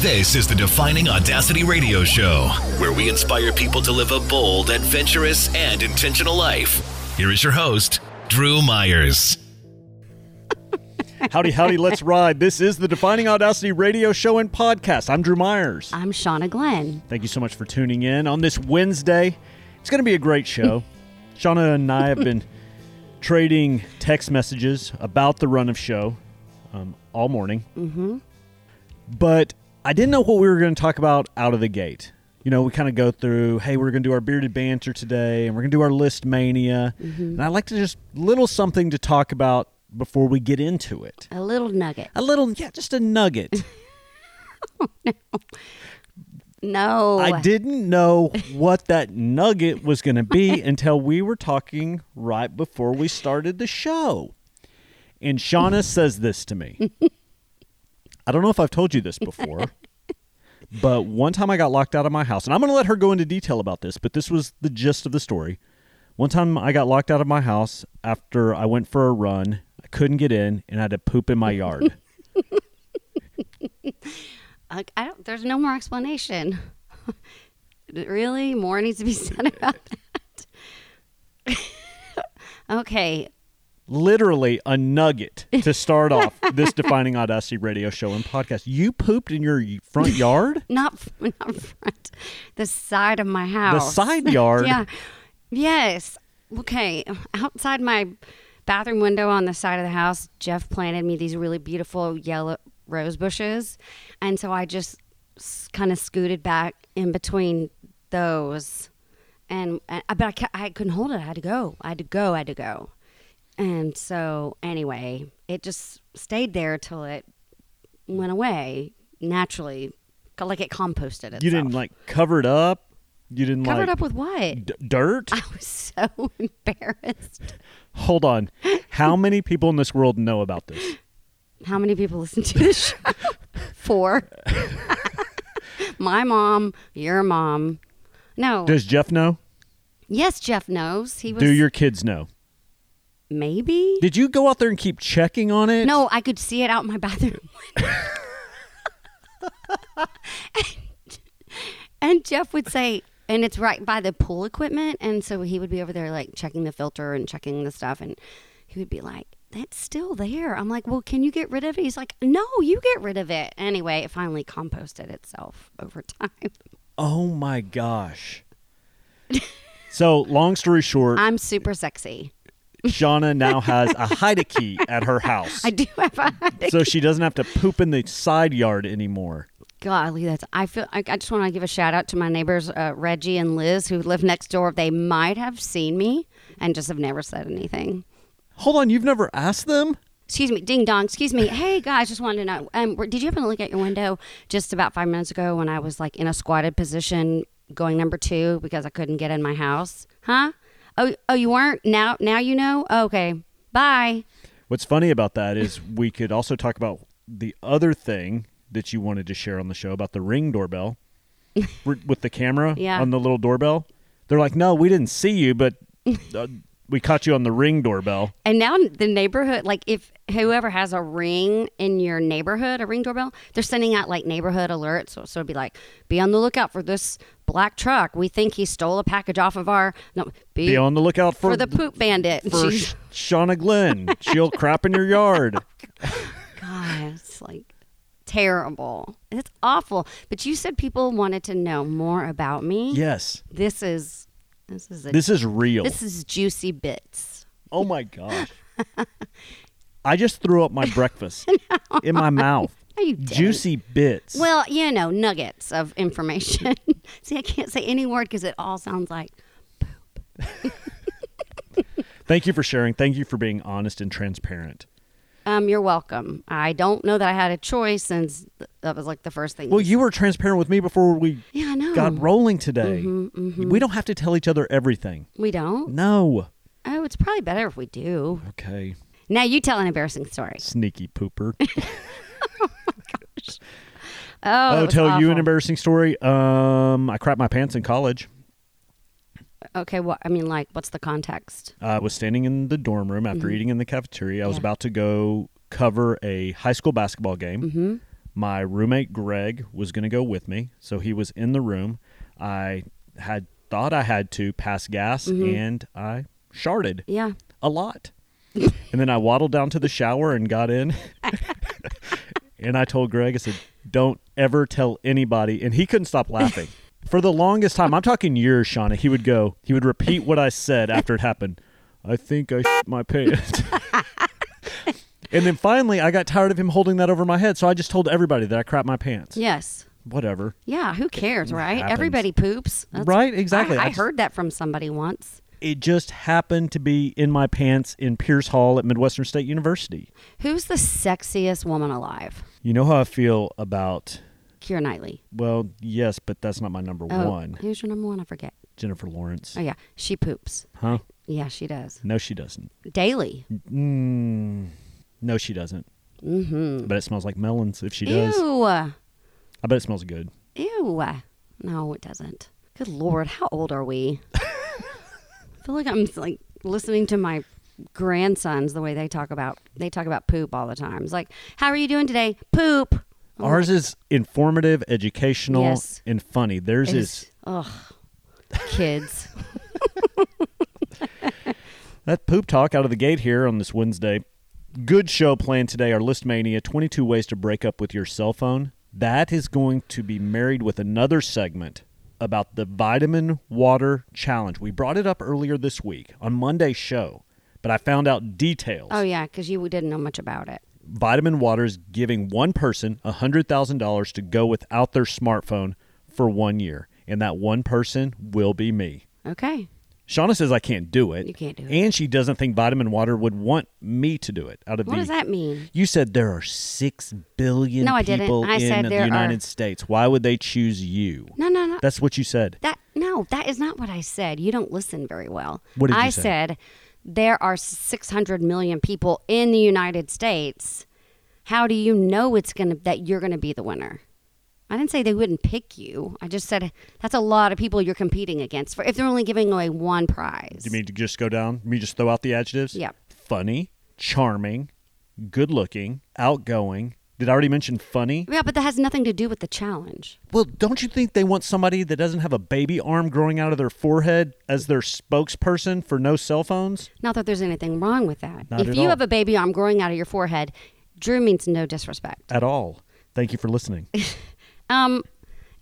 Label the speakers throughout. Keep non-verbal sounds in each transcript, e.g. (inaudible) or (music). Speaker 1: This is the Defining Audacity Radio Show, where we inspire people to live a bold, adventurous, and intentional life. Here is your host, Drew Myers.
Speaker 2: Howdy, howdy, let's ride. This is the Defining Audacity radio show and podcast. I'm Drew Myers.
Speaker 3: I'm Shauna Glenn.
Speaker 2: Thank you so much for tuning in on this Wednesday. It's going to be a great show. Shauna and I have been trading text messages about the run of show um, all morning.
Speaker 3: hmm
Speaker 2: But I didn't know what we were going to talk about out of the gate. You know, we kind of go through, hey, we're going to do our bearded banter today and we're going to do our list mania. And I like to just little something to talk about before we get into it.
Speaker 3: A little nugget.
Speaker 2: A little, yeah, just a nugget.
Speaker 3: No.
Speaker 2: I didn't know what that nugget was going to be until we were talking right before we started the show. And Shauna says this to me. I don't know if I've told you this before, but one time I got locked out of my house, and I'm going to let her go into detail about this, but this was the gist of the story. One time I got locked out of my house after I went for a run. I couldn't get in, and I had to poop in my yard.
Speaker 3: I, I don't, there's no more explanation. (laughs) really? More needs to be (laughs) said about that? (laughs) okay.
Speaker 2: literally a
Speaker 3: (laughs)
Speaker 2: nugget to start off this defining audacity radio show and podcast you pooped in your
Speaker 3: (laughs)
Speaker 2: front yard
Speaker 3: Not, f- not front. The side of my
Speaker 2: the
Speaker 3: house. (laughs)
Speaker 2: side yard
Speaker 3: Yeah. Yes. Okay. Outside my bathroom window on the side of the house, Jeff planted me these really beautiful yellow rose bushes. And so I just kind of scooted back in between those. And, and uh, but I, ca- I couldn't hold it. I had to go. I had to go. I had to go. And so anyway, it just stayed there till it went away naturally, like it composted itself.
Speaker 2: you didn't like cover it up you didn't
Speaker 3: covered
Speaker 2: like
Speaker 3: up Ah. with what?
Speaker 2: d- dirt
Speaker 3: (laughs) I was so embarrassed.
Speaker 2: hold on how many people in this world know about this
Speaker 3: How many people listen to
Speaker 2: (laughs)
Speaker 3: this show? Four. My mom, your mom. No.
Speaker 2: does jeff know
Speaker 3: yes, Jeff knows. He Oh. was
Speaker 2: do your kids know
Speaker 3: maybe.
Speaker 2: did you go out there and keep checking on it
Speaker 3: No, I could see it out my bathroom. (laughs) and Jeff would say, and it's right by the pool equipment. And so he would be over there, like checking the filter and checking the stuff. And he would be like, that's still there. I'm like, well, can you get rid of it? He's like, no, you get rid of it. Anyway, it finally composted itself over time.
Speaker 2: oh my
Speaker 3: (laughs)
Speaker 2: gosh so long story short
Speaker 3: I'm super sexy.
Speaker 2: shauna now has
Speaker 3: (laughs)
Speaker 2: a hide key at her house
Speaker 3: I do have a
Speaker 2: so she doesn't have to poop in the side yard anymore.
Speaker 3: golly. That's I feel. I, I just want to give a shout out to my neighbors uh, Reggie and Liz who live next door. They might have seen me and just have never said anything.
Speaker 2: Hold on, you've never asked them?
Speaker 3: Excuse me, ding dong. Excuse me. Hey guys, just wanted to know. Um, were- did you happen to look at your window just about five minutes ago when I was like in a squatted position, going number two because I couldn't get in my house? Huh? Oh, oh, you weren't. Now, now you know. Oh, Okay, bye.
Speaker 2: What's funny about that is we could also talk about the other thing that you wanted to share on the show about the ring doorbell (laughs) r- with the camera
Speaker 3: Yeah.
Speaker 2: on the little doorbell. They're like, no, we didn't see you, but uh, we caught you on the ring doorbell.
Speaker 3: And now the neighborhood, like if whoever has a ring in your neighborhood, a ring doorbell, they're sending out like neighborhood alerts. So, so it'd be like, be on the lookout for this black truck. We think he stole a package off of our. No, be,
Speaker 2: Be on the lookout
Speaker 3: for,
Speaker 2: for,
Speaker 3: the
Speaker 2: th-
Speaker 3: poop bandit. And
Speaker 2: for
Speaker 3: she's-
Speaker 2: Sh- Shauna Glenn. She'll crap in your (laughs) yard.
Speaker 3: God, it's like terrible. It's awful. But you said people wanted to know more about me.
Speaker 2: Yes,
Speaker 3: This is this is a,
Speaker 2: this is real.
Speaker 3: this is juicy bits.
Speaker 2: Oh my (laughs) gosh. I just threw up my (laughs) breakfast in my (laughs) mouth.
Speaker 3: No, you didn't.
Speaker 2: Juicy bits.
Speaker 3: Well, you know, nuggets of information. (laughs) See, I can't say any word because it all sounds like
Speaker 2: Thank you for sharing. Thank you for being honest and transparent.
Speaker 3: um, "You're welcome." I don't know that I had a choice since th- that was like the first thing.
Speaker 2: Well, you were transparent with me before we
Speaker 3: yeah, I know.
Speaker 2: got rolling today.
Speaker 3: Mm-hmm,
Speaker 2: We don't have to tell each other everything.
Speaker 3: we don't.
Speaker 2: No.
Speaker 3: Oh, it's probably better if we do.
Speaker 2: Okay.
Speaker 3: Now you tell an embarrassing story.
Speaker 2: Sneaky
Speaker 3: (laughs)
Speaker 2: pooper.
Speaker 3: Oh, that
Speaker 2: oh,
Speaker 3: was
Speaker 2: tell you an
Speaker 3: awful.
Speaker 2: embarrassing story. Um, I crapped my pants in college.
Speaker 3: Okay, well, I mean, like, what's the context?
Speaker 2: I was standing in the dorm room after eating in the cafeteria. I was
Speaker 3: Yeah.
Speaker 2: about to go cover a high school basketball game. My roommate Greg was going to go with me, so he was in the room. I had thought I had to pass gas, and I sharded
Speaker 3: Yeah.
Speaker 2: a lot. and then I waddled down to the shower and got in. and I told Greg, I said, don't ever tell anybody. And he couldn't stop laughing. For the longest time, I'm talking years, Shauna, he would go, he would repeat what I said after it happened. I think I shit my pants. and then finally, I got tired of him holding that over my head. So I just told everybody that I crap my pants.
Speaker 3: Yes.
Speaker 2: Whatever.
Speaker 3: Yeah. Who cares, right?
Speaker 2: happens.
Speaker 3: Everybody poops.
Speaker 2: Right, exactly.
Speaker 3: I, I
Speaker 2: I just-
Speaker 3: heard that from somebody once.
Speaker 2: It just happened to be in my pants in Pierce Hall at Midwestern State University.
Speaker 3: Who's the sexiest woman alive?
Speaker 2: You know how I feel about
Speaker 3: Keira Knightley.
Speaker 2: Well, yes, but that's not my number
Speaker 3: Oh,
Speaker 2: one.
Speaker 3: Who's your number one? I forget.
Speaker 2: Jennifer Lawrence.
Speaker 3: Oh yeah, she poops.
Speaker 2: Huh?
Speaker 3: Yeah, she does
Speaker 2: No, she doesn't.
Speaker 3: daily.
Speaker 2: Mm, no, she doesn't. Mm-hmm. But it smells like melons if she does.
Speaker 3: Ew.
Speaker 2: I bet it smells good.
Speaker 3: Ew. No, it doesn't. Good lord, how old are we? I feel like I'm like listening to my grandsons the way they talk about they talk about poop all the time. It's like, how are you doing today? Poop.
Speaker 2: Ours is informative, educational,
Speaker 3: Oh Yes.
Speaker 2: and funny. Theirs is,
Speaker 3: Ugh. Kids.
Speaker 2: that poop talk out of the gate here on this Wednesday. Good show planned today. Our list mania: twenty-two ways to break up with your cell phone. That is going to be married with another segment about the vitamin water challenge. We brought it up earlier this week on Monday's show, but I found out details.
Speaker 3: Oh yeah, because you didn't know much about it.
Speaker 2: Vitamin Water is giving one person $100,000 to go without their smartphone for one year. And that one person will be me.
Speaker 3: Okay.
Speaker 2: Shauna says I can't do it.
Speaker 3: You can't do it.
Speaker 2: And she doesn't think Vitamin Water would want me to do it out of
Speaker 3: What
Speaker 2: the.
Speaker 3: does that mean?
Speaker 2: You said there are 6 billion
Speaker 3: No, I didn't.
Speaker 2: people
Speaker 3: I
Speaker 2: in
Speaker 3: said
Speaker 2: the
Speaker 3: there are-
Speaker 2: United States. Why would they choose you?
Speaker 3: No, no, no.
Speaker 2: That's what you said.
Speaker 3: That no, that is not what I said. You don't listen very well.
Speaker 2: What did you
Speaker 3: I
Speaker 2: say?
Speaker 3: said there are 600 million people in the United States. How do you know it's going to that you're going to be the winner? I didn't say they wouldn't pick you. I just said that's a lot of people you're competing against for if they're only giving away one prize.
Speaker 2: Do you mean to just go down? You mean just throw out the adjectives?
Speaker 3: Yep.
Speaker 2: Funny, charming, good looking, outgoing. Did I already mention funny?
Speaker 3: Yeah, but that has nothing to do with the challenge.
Speaker 2: Well, don't you think they want somebody that doesn't have a baby arm growing out of their forehead as their spokesperson for no cell phones?
Speaker 3: Not that there's anything wrong with that.
Speaker 2: Not
Speaker 3: if
Speaker 2: at
Speaker 3: you
Speaker 2: all.
Speaker 3: have a baby arm growing out of your forehead, Drew means no disrespect.
Speaker 2: At all. Thank you for
Speaker 3: (laughs)
Speaker 2: listening.
Speaker 3: Um,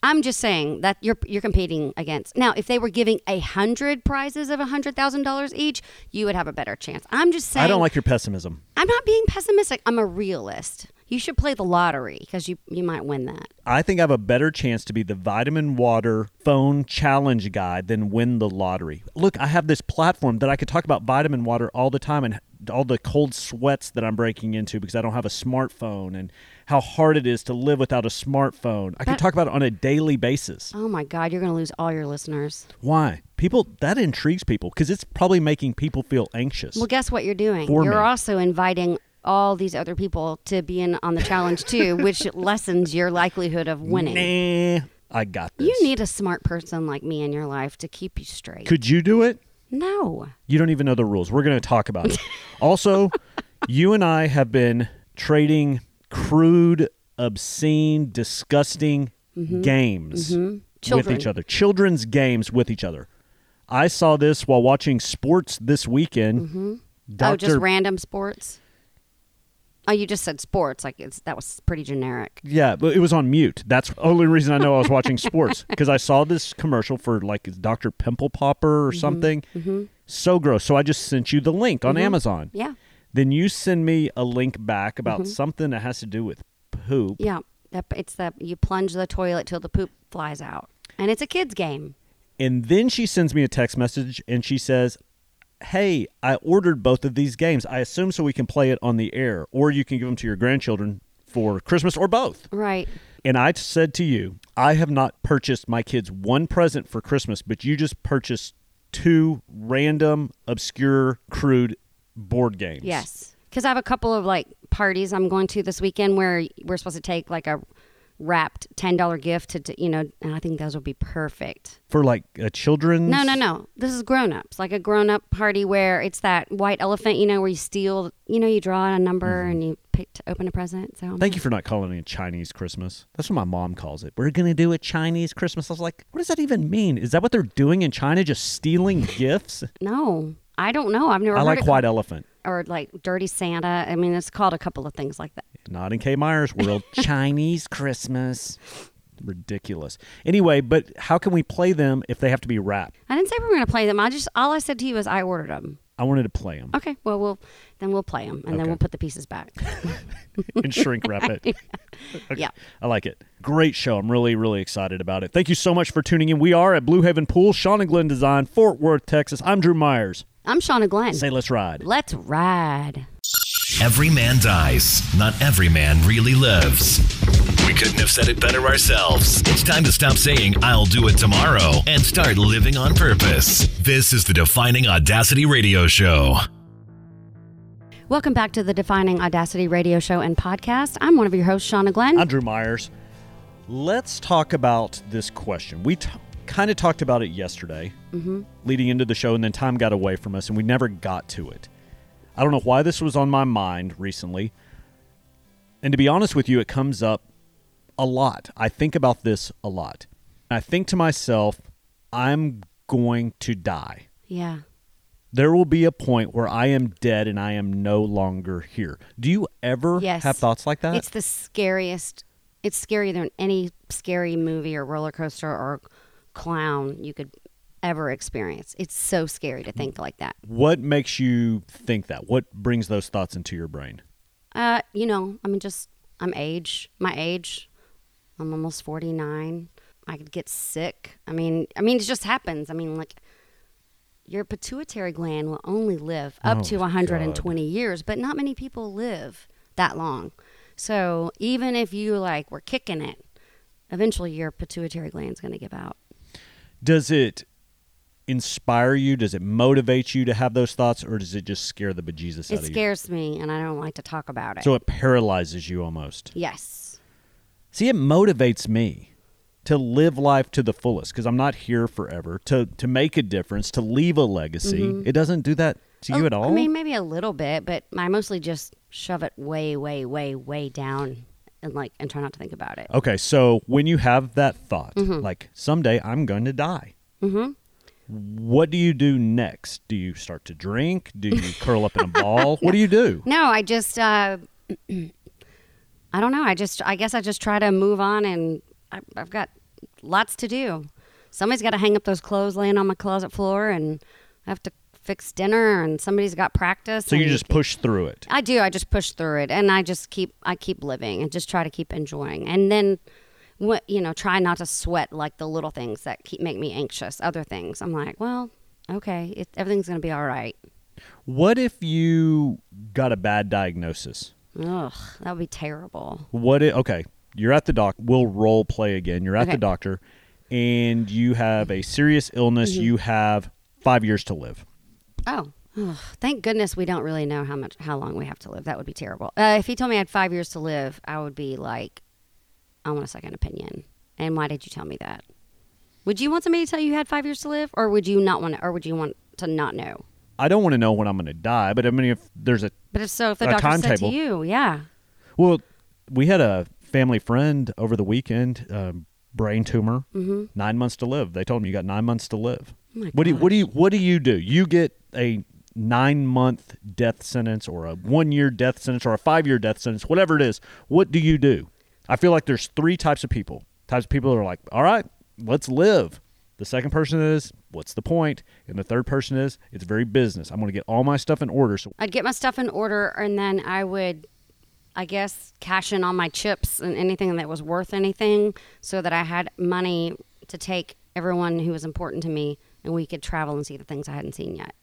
Speaker 3: I'm just saying that you're you're competing against. Now, if they were giving a hundred prizes of a hundred thousand dollars each, you would have a better chance. I'm just saying.
Speaker 2: I don't like your pessimism.
Speaker 3: I'm not being pessimistic. I'm a realist. You should play the lottery because you you might win that.
Speaker 2: I think I have a better chance to be the vitamin water phone challenge guy than win the lottery. Look, I have this platform that I could talk about vitamin water all the time and all the cold sweats that I'm breaking into because I don't have a smartphone and how hard it is to live without a smartphone. I could
Speaker 3: That-
Speaker 2: talk about it on a daily basis.
Speaker 3: Oh my God, you're gonna lose all your listeners.
Speaker 2: Why? People that intrigues people because it's probably making people feel anxious.
Speaker 3: Well, guess what you're doing.
Speaker 2: For
Speaker 3: you're
Speaker 2: me.
Speaker 3: also inviting all these other people to be in on the challenge
Speaker 2: (laughs)
Speaker 3: too, which lessens your likelihood of winning.
Speaker 2: nah, I got this.
Speaker 3: You need a smart person like me in your life to keep you straight.
Speaker 2: Could you do it?
Speaker 3: no.
Speaker 2: You don't even know the rules. We're going to talk about
Speaker 3: (laughs)
Speaker 2: it. also, you and I have been trading crude, obscene, disgusting games with
Speaker 3: Mm-hmm. Children.
Speaker 2: each other. Children's games with each other. I saw this while watching sports this weekend.
Speaker 3: Oh, just
Speaker 2: Dr.
Speaker 3: random sports. Oh, you just said sports. Like it's that was pretty generic.
Speaker 2: Yeah, but it was on mute. That's the only reason I know I was watching
Speaker 3: (laughs)
Speaker 2: sports because I saw this commercial for like Dr. Pimple Popper or
Speaker 3: Mm-hmm.
Speaker 2: something. So gross. So I just sent you the link
Speaker 3: Mm-hmm.
Speaker 2: on Amazon.
Speaker 3: Yeah,
Speaker 2: Then you send me a link back about something that has to do with poop.
Speaker 3: Mm-hmm. yeah. That, it's the you plunge the toilet till the poop flies out, and it's a kids game.
Speaker 2: And then she sends me a text message and she says, hey, I ordered both of these games. I assume so we can play it on the air, or you can give them to your grandchildren for Christmas or both.
Speaker 3: Right.
Speaker 2: And I said to you, I have not purchased my kids one present for Christmas, but you just purchased two random, obscure, crude board games.
Speaker 3: Yes. Because I have a couple of like parties I'm going to this weekend where we're supposed to take like a wrapped ten dollar gift to, to you know, and I think those would be perfect.
Speaker 2: For like a children's.
Speaker 3: No, no, no. This is grown ups, like a grown up party where it's that white elephant, you know, where you steal, you know, you draw a number and you pick to open a present. So
Speaker 2: Thank you for not calling it a Chinese Christmas. That's what my mom calls it. We're going to do a Chinese Christmas. I was like, what does that even mean? Is that what they're doing in China? Just stealing gifts?
Speaker 3: no, I don't know. I've never.
Speaker 2: I
Speaker 3: heard
Speaker 2: like
Speaker 3: it- (laughs)
Speaker 2: White Elephant.
Speaker 3: or like Dirty Santa. I mean, it's called a couple of things like that.
Speaker 2: Not in K. Myers' world. Chinese Christmas. Ridiculous. Anyway, but how can we play them if they have to be wrapped?
Speaker 3: I didn't say we were going to play them. I just all I said to you is I ordered them.
Speaker 2: I wanted to play them
Speaker 3: Okay, well we'll then we'll play them and then
Speaker 2: Okay.
Speaker 3: we'll put the pieces
Speaker 2: (laughs)
Speaker 3: back.
Speaker 2: and shrink wrap it.
Speaker 3: Yeah.
Speaker 2: I like it. Great show. I'm really, really excited about it. Thank you so much for tuning in. We are at Blue Haven Pool, Sean and Glenn Design, Fort Worth, Texas. I'm Drew Myers.
Speaker 3: I'm Shauna Glenn.
Speaker 2: Say let's ride.
Speaker 3: Let's ride.
Speaker 1: Every man dies, not every man really lives. We couldn't have said it better ourselves. It's time to stop saying, I'll do it tomorrow, and start living on purpose. This is the Defining Audacity Radio Show.
Speaker 3: Welcome back to the Defining Audacity Radio Show and Podcast. I'm one of your hosts, Shauna Glenn.
Speaker 2: I'm Drew Myers. Let's talk about this question. We t- kind of talked about it yesterday,
Speaker 3: Mm-hmm.
Speaker 2: leading into the show, and then time got away from us, and we never got to it. I don't know why this was on my mind recently. And to be honest with you, it comes up a lot. I think about this a lot. I think to myself, I'm going to die
Speaker 3: yeah.
Speaker 2: there will be a point where I am dead and I am no longer here. Do you ever
Speaker 3: Yes.
Speaker 2: have thoughts like that?
Speaker 3: It's the scariest. It's scarier than any scary movie or roller coaster or clown you could ever experience. It's so scary to think like that.
Speaker 2: what makes you think that? What brings those thoughts into your brain?
Speaker 3: Uh, you know, I mean, just I'm age, my age. I'm almost 49. I could get sick. I mean, I mean, it just happens. I mean, like your pituitary gland will only live up
Speaker 2: Oh,
Speaker 3: to 120 years, but not many people live that long. So even if you like were kicking it, eventually your pituitary gland's going to give out.
Speaker 2: Does it inspire you? Does it motivate you to have those thoughts or does it just scare the bejesus out
Speaker 3: it
Speaker 2: of you?
Speaker 3: scares me, and I don't like to talk about it.
Speaker 2: So it paralyzes you almost.
Speaker 3: yes,
Speaker 2: See, it motivates me to live life to the fullest because I'm not here forever, to, to make a difference, to leave a legacy. It doesn't do that to you
Speaker 3: Mm-hmm. Oh,
Speaker 2: at all.
Speaker 3: I mean, maybe a little bit, but I mostly just shove it way, way, way, way down and like and try not to think about it.
Speaker 2: Okay, so when you have that thought, like someday I'm going to die, what do you do next? Do you start to drink? Do you curl up in a ball? What do you do?
Speaker 3: No, I just uh (clears throat) I don't know. I just I guess I just try to move on and I, I've got lots to do. Somebody's got to hang up those clothes laying on my closet floor and I have to fix dinner and somebody's got practice.
Speaker 2: So you
Speaker 3: and-
Speaker 2: just push through it.
Speaker 3: I do. I just push through it, and I just keep I keep living and just try to keep enjoying, and then what you know, try not to sweat like the little things that keep make me anxious. Other things, I'm like, well, okay, it, everything's gonna be all right.
Speaker 2: What if you got a bad diagnosis?
Speaker 3: Ugh, that would be terrible.
Speaker 2: What if, okay, you're at the doc, we'll role play again. You're at
Speaker 3: Okay.
Speaker 2: the doctor and you have a serious illness, you have 5 years to live.
Speaker 3: Oh. Ugh, thank goodness we don't really know how much how long we have to live. That would be terrible. Uh, if he told me I had five years to live, I would be like, I want a second opinion. And why did you tell me that? Would you want somebody to tell you you had five years to live, or would you not want, to, or would you want to not know?
Speaker 2: I don't want to know when I'm going to die, but I mean if there's a
Speaker 3: But if so, if the
Speaker 2: A
Speaker 3: doctor said to
Speaker 2: timetable.
Speaker 3: you, yeah,
Speaker 2: Well, we had a family friend over the weekend, um, brain tumor, nine months to live. They told me you got nine months to live.
Speaker 3: my
Speaker 2: what do you, what do you what do you do? You get a nine month death sentence, or a one year death sentence, or a five year death sentence, whatever it is. What do you do? I feel like there's three types of people. Types of people that are like, all right, let's live. The second person is, what's the point? And the third person is, it's very business. I'm going to get all my stuff in order. So
Speaker 3: I'd get my stuff in order, and then I would, I guess, cash in on my chips and anything that was worth anything, so that I had money to take everyone who was important to me, and we could travel and see the things I hadn't seen yet.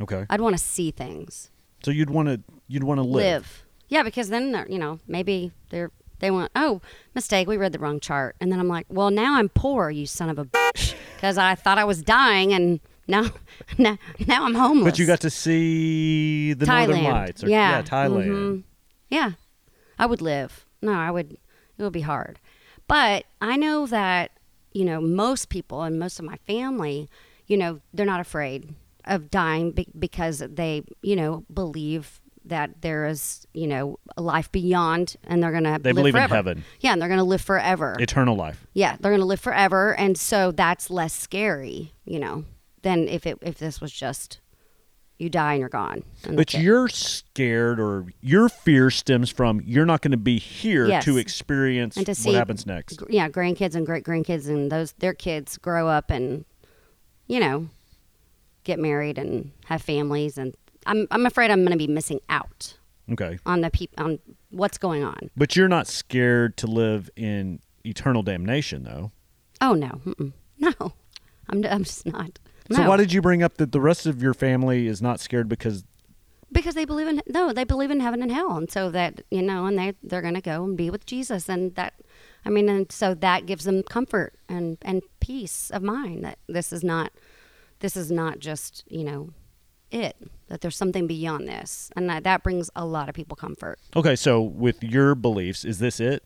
Speaker 2: Okay.
Speaker 3: I'd want to see things,
Speaker 2: So you'd want to you'd want to
Speaker 3: live.
Speaker 2: live.
Speaker 3: Yeah, because then they're, you know maybe they're they want oh mistake we read the wrong chart and then I'm like well now I'm poor you son of a bitch because I thought I was dying and now (laughs) now now I'm homeless.
Speaker 2: But you got to see the Northern
Speaker 3: Thailand.
Speaker 2: Lights. Or,
Speaker 3: Yeah. Mm-hmm.
Speaker 2: Thailand.
Speaker 3: Yeah. I would live. No, I would it would be hard. But I know that, you know, most people and most of my family, you know, they're not afraid of dying be- because they, you know, believe that there is, you know, a life beyond and they're going to
Speaker 2: They
Speaker 3: live
Speaker 2: believe in
Speaker 3: forever.
Speaker 2: heaven.
Speaker 3: Yeah, and they're going to live forever.
Speaker 2: Eternal life.
Speaker 3: yeah, they're going to live forever and so that's less scary, you know, than if it if this was just you die and you're gone. and
Speaker 2: But
Speaker 3: that's it.
Speaker 2: you're scared or your fear stems from you're not going to be here
Speaker 3: Yes.
Speaker 2: to experience
Speaker 3: And to see-
Speaker 2: what happens next.
Speaker 3: gr- yeah, grandkids and great grandkids and those their kids grow up and you know get married and have families and I'm I'm afraid I'm going to be missing out
Speaker 2: Okay.
Speaker 3: on the peop- on what's going on.
Speaker 2: But you're not scared to live in eternal damnation though.
Speaker 3: Oh no. Mm-mm. No. I'm I'm just not. No.
Speaker 2: So why did you bring up that the rest of your family is not scared because
Speaker 3: because they believe in no, they believe in heaven and hell and so that, you know, and they they're going to go and be with Jesus and that I mean and so that gives them comfort and and peace of mind that this is not this is not just, you know, it that there's something beyond this and that, that brings a lot of people comfort.
Speaker 2: Okay, so with your beliefs, is this it?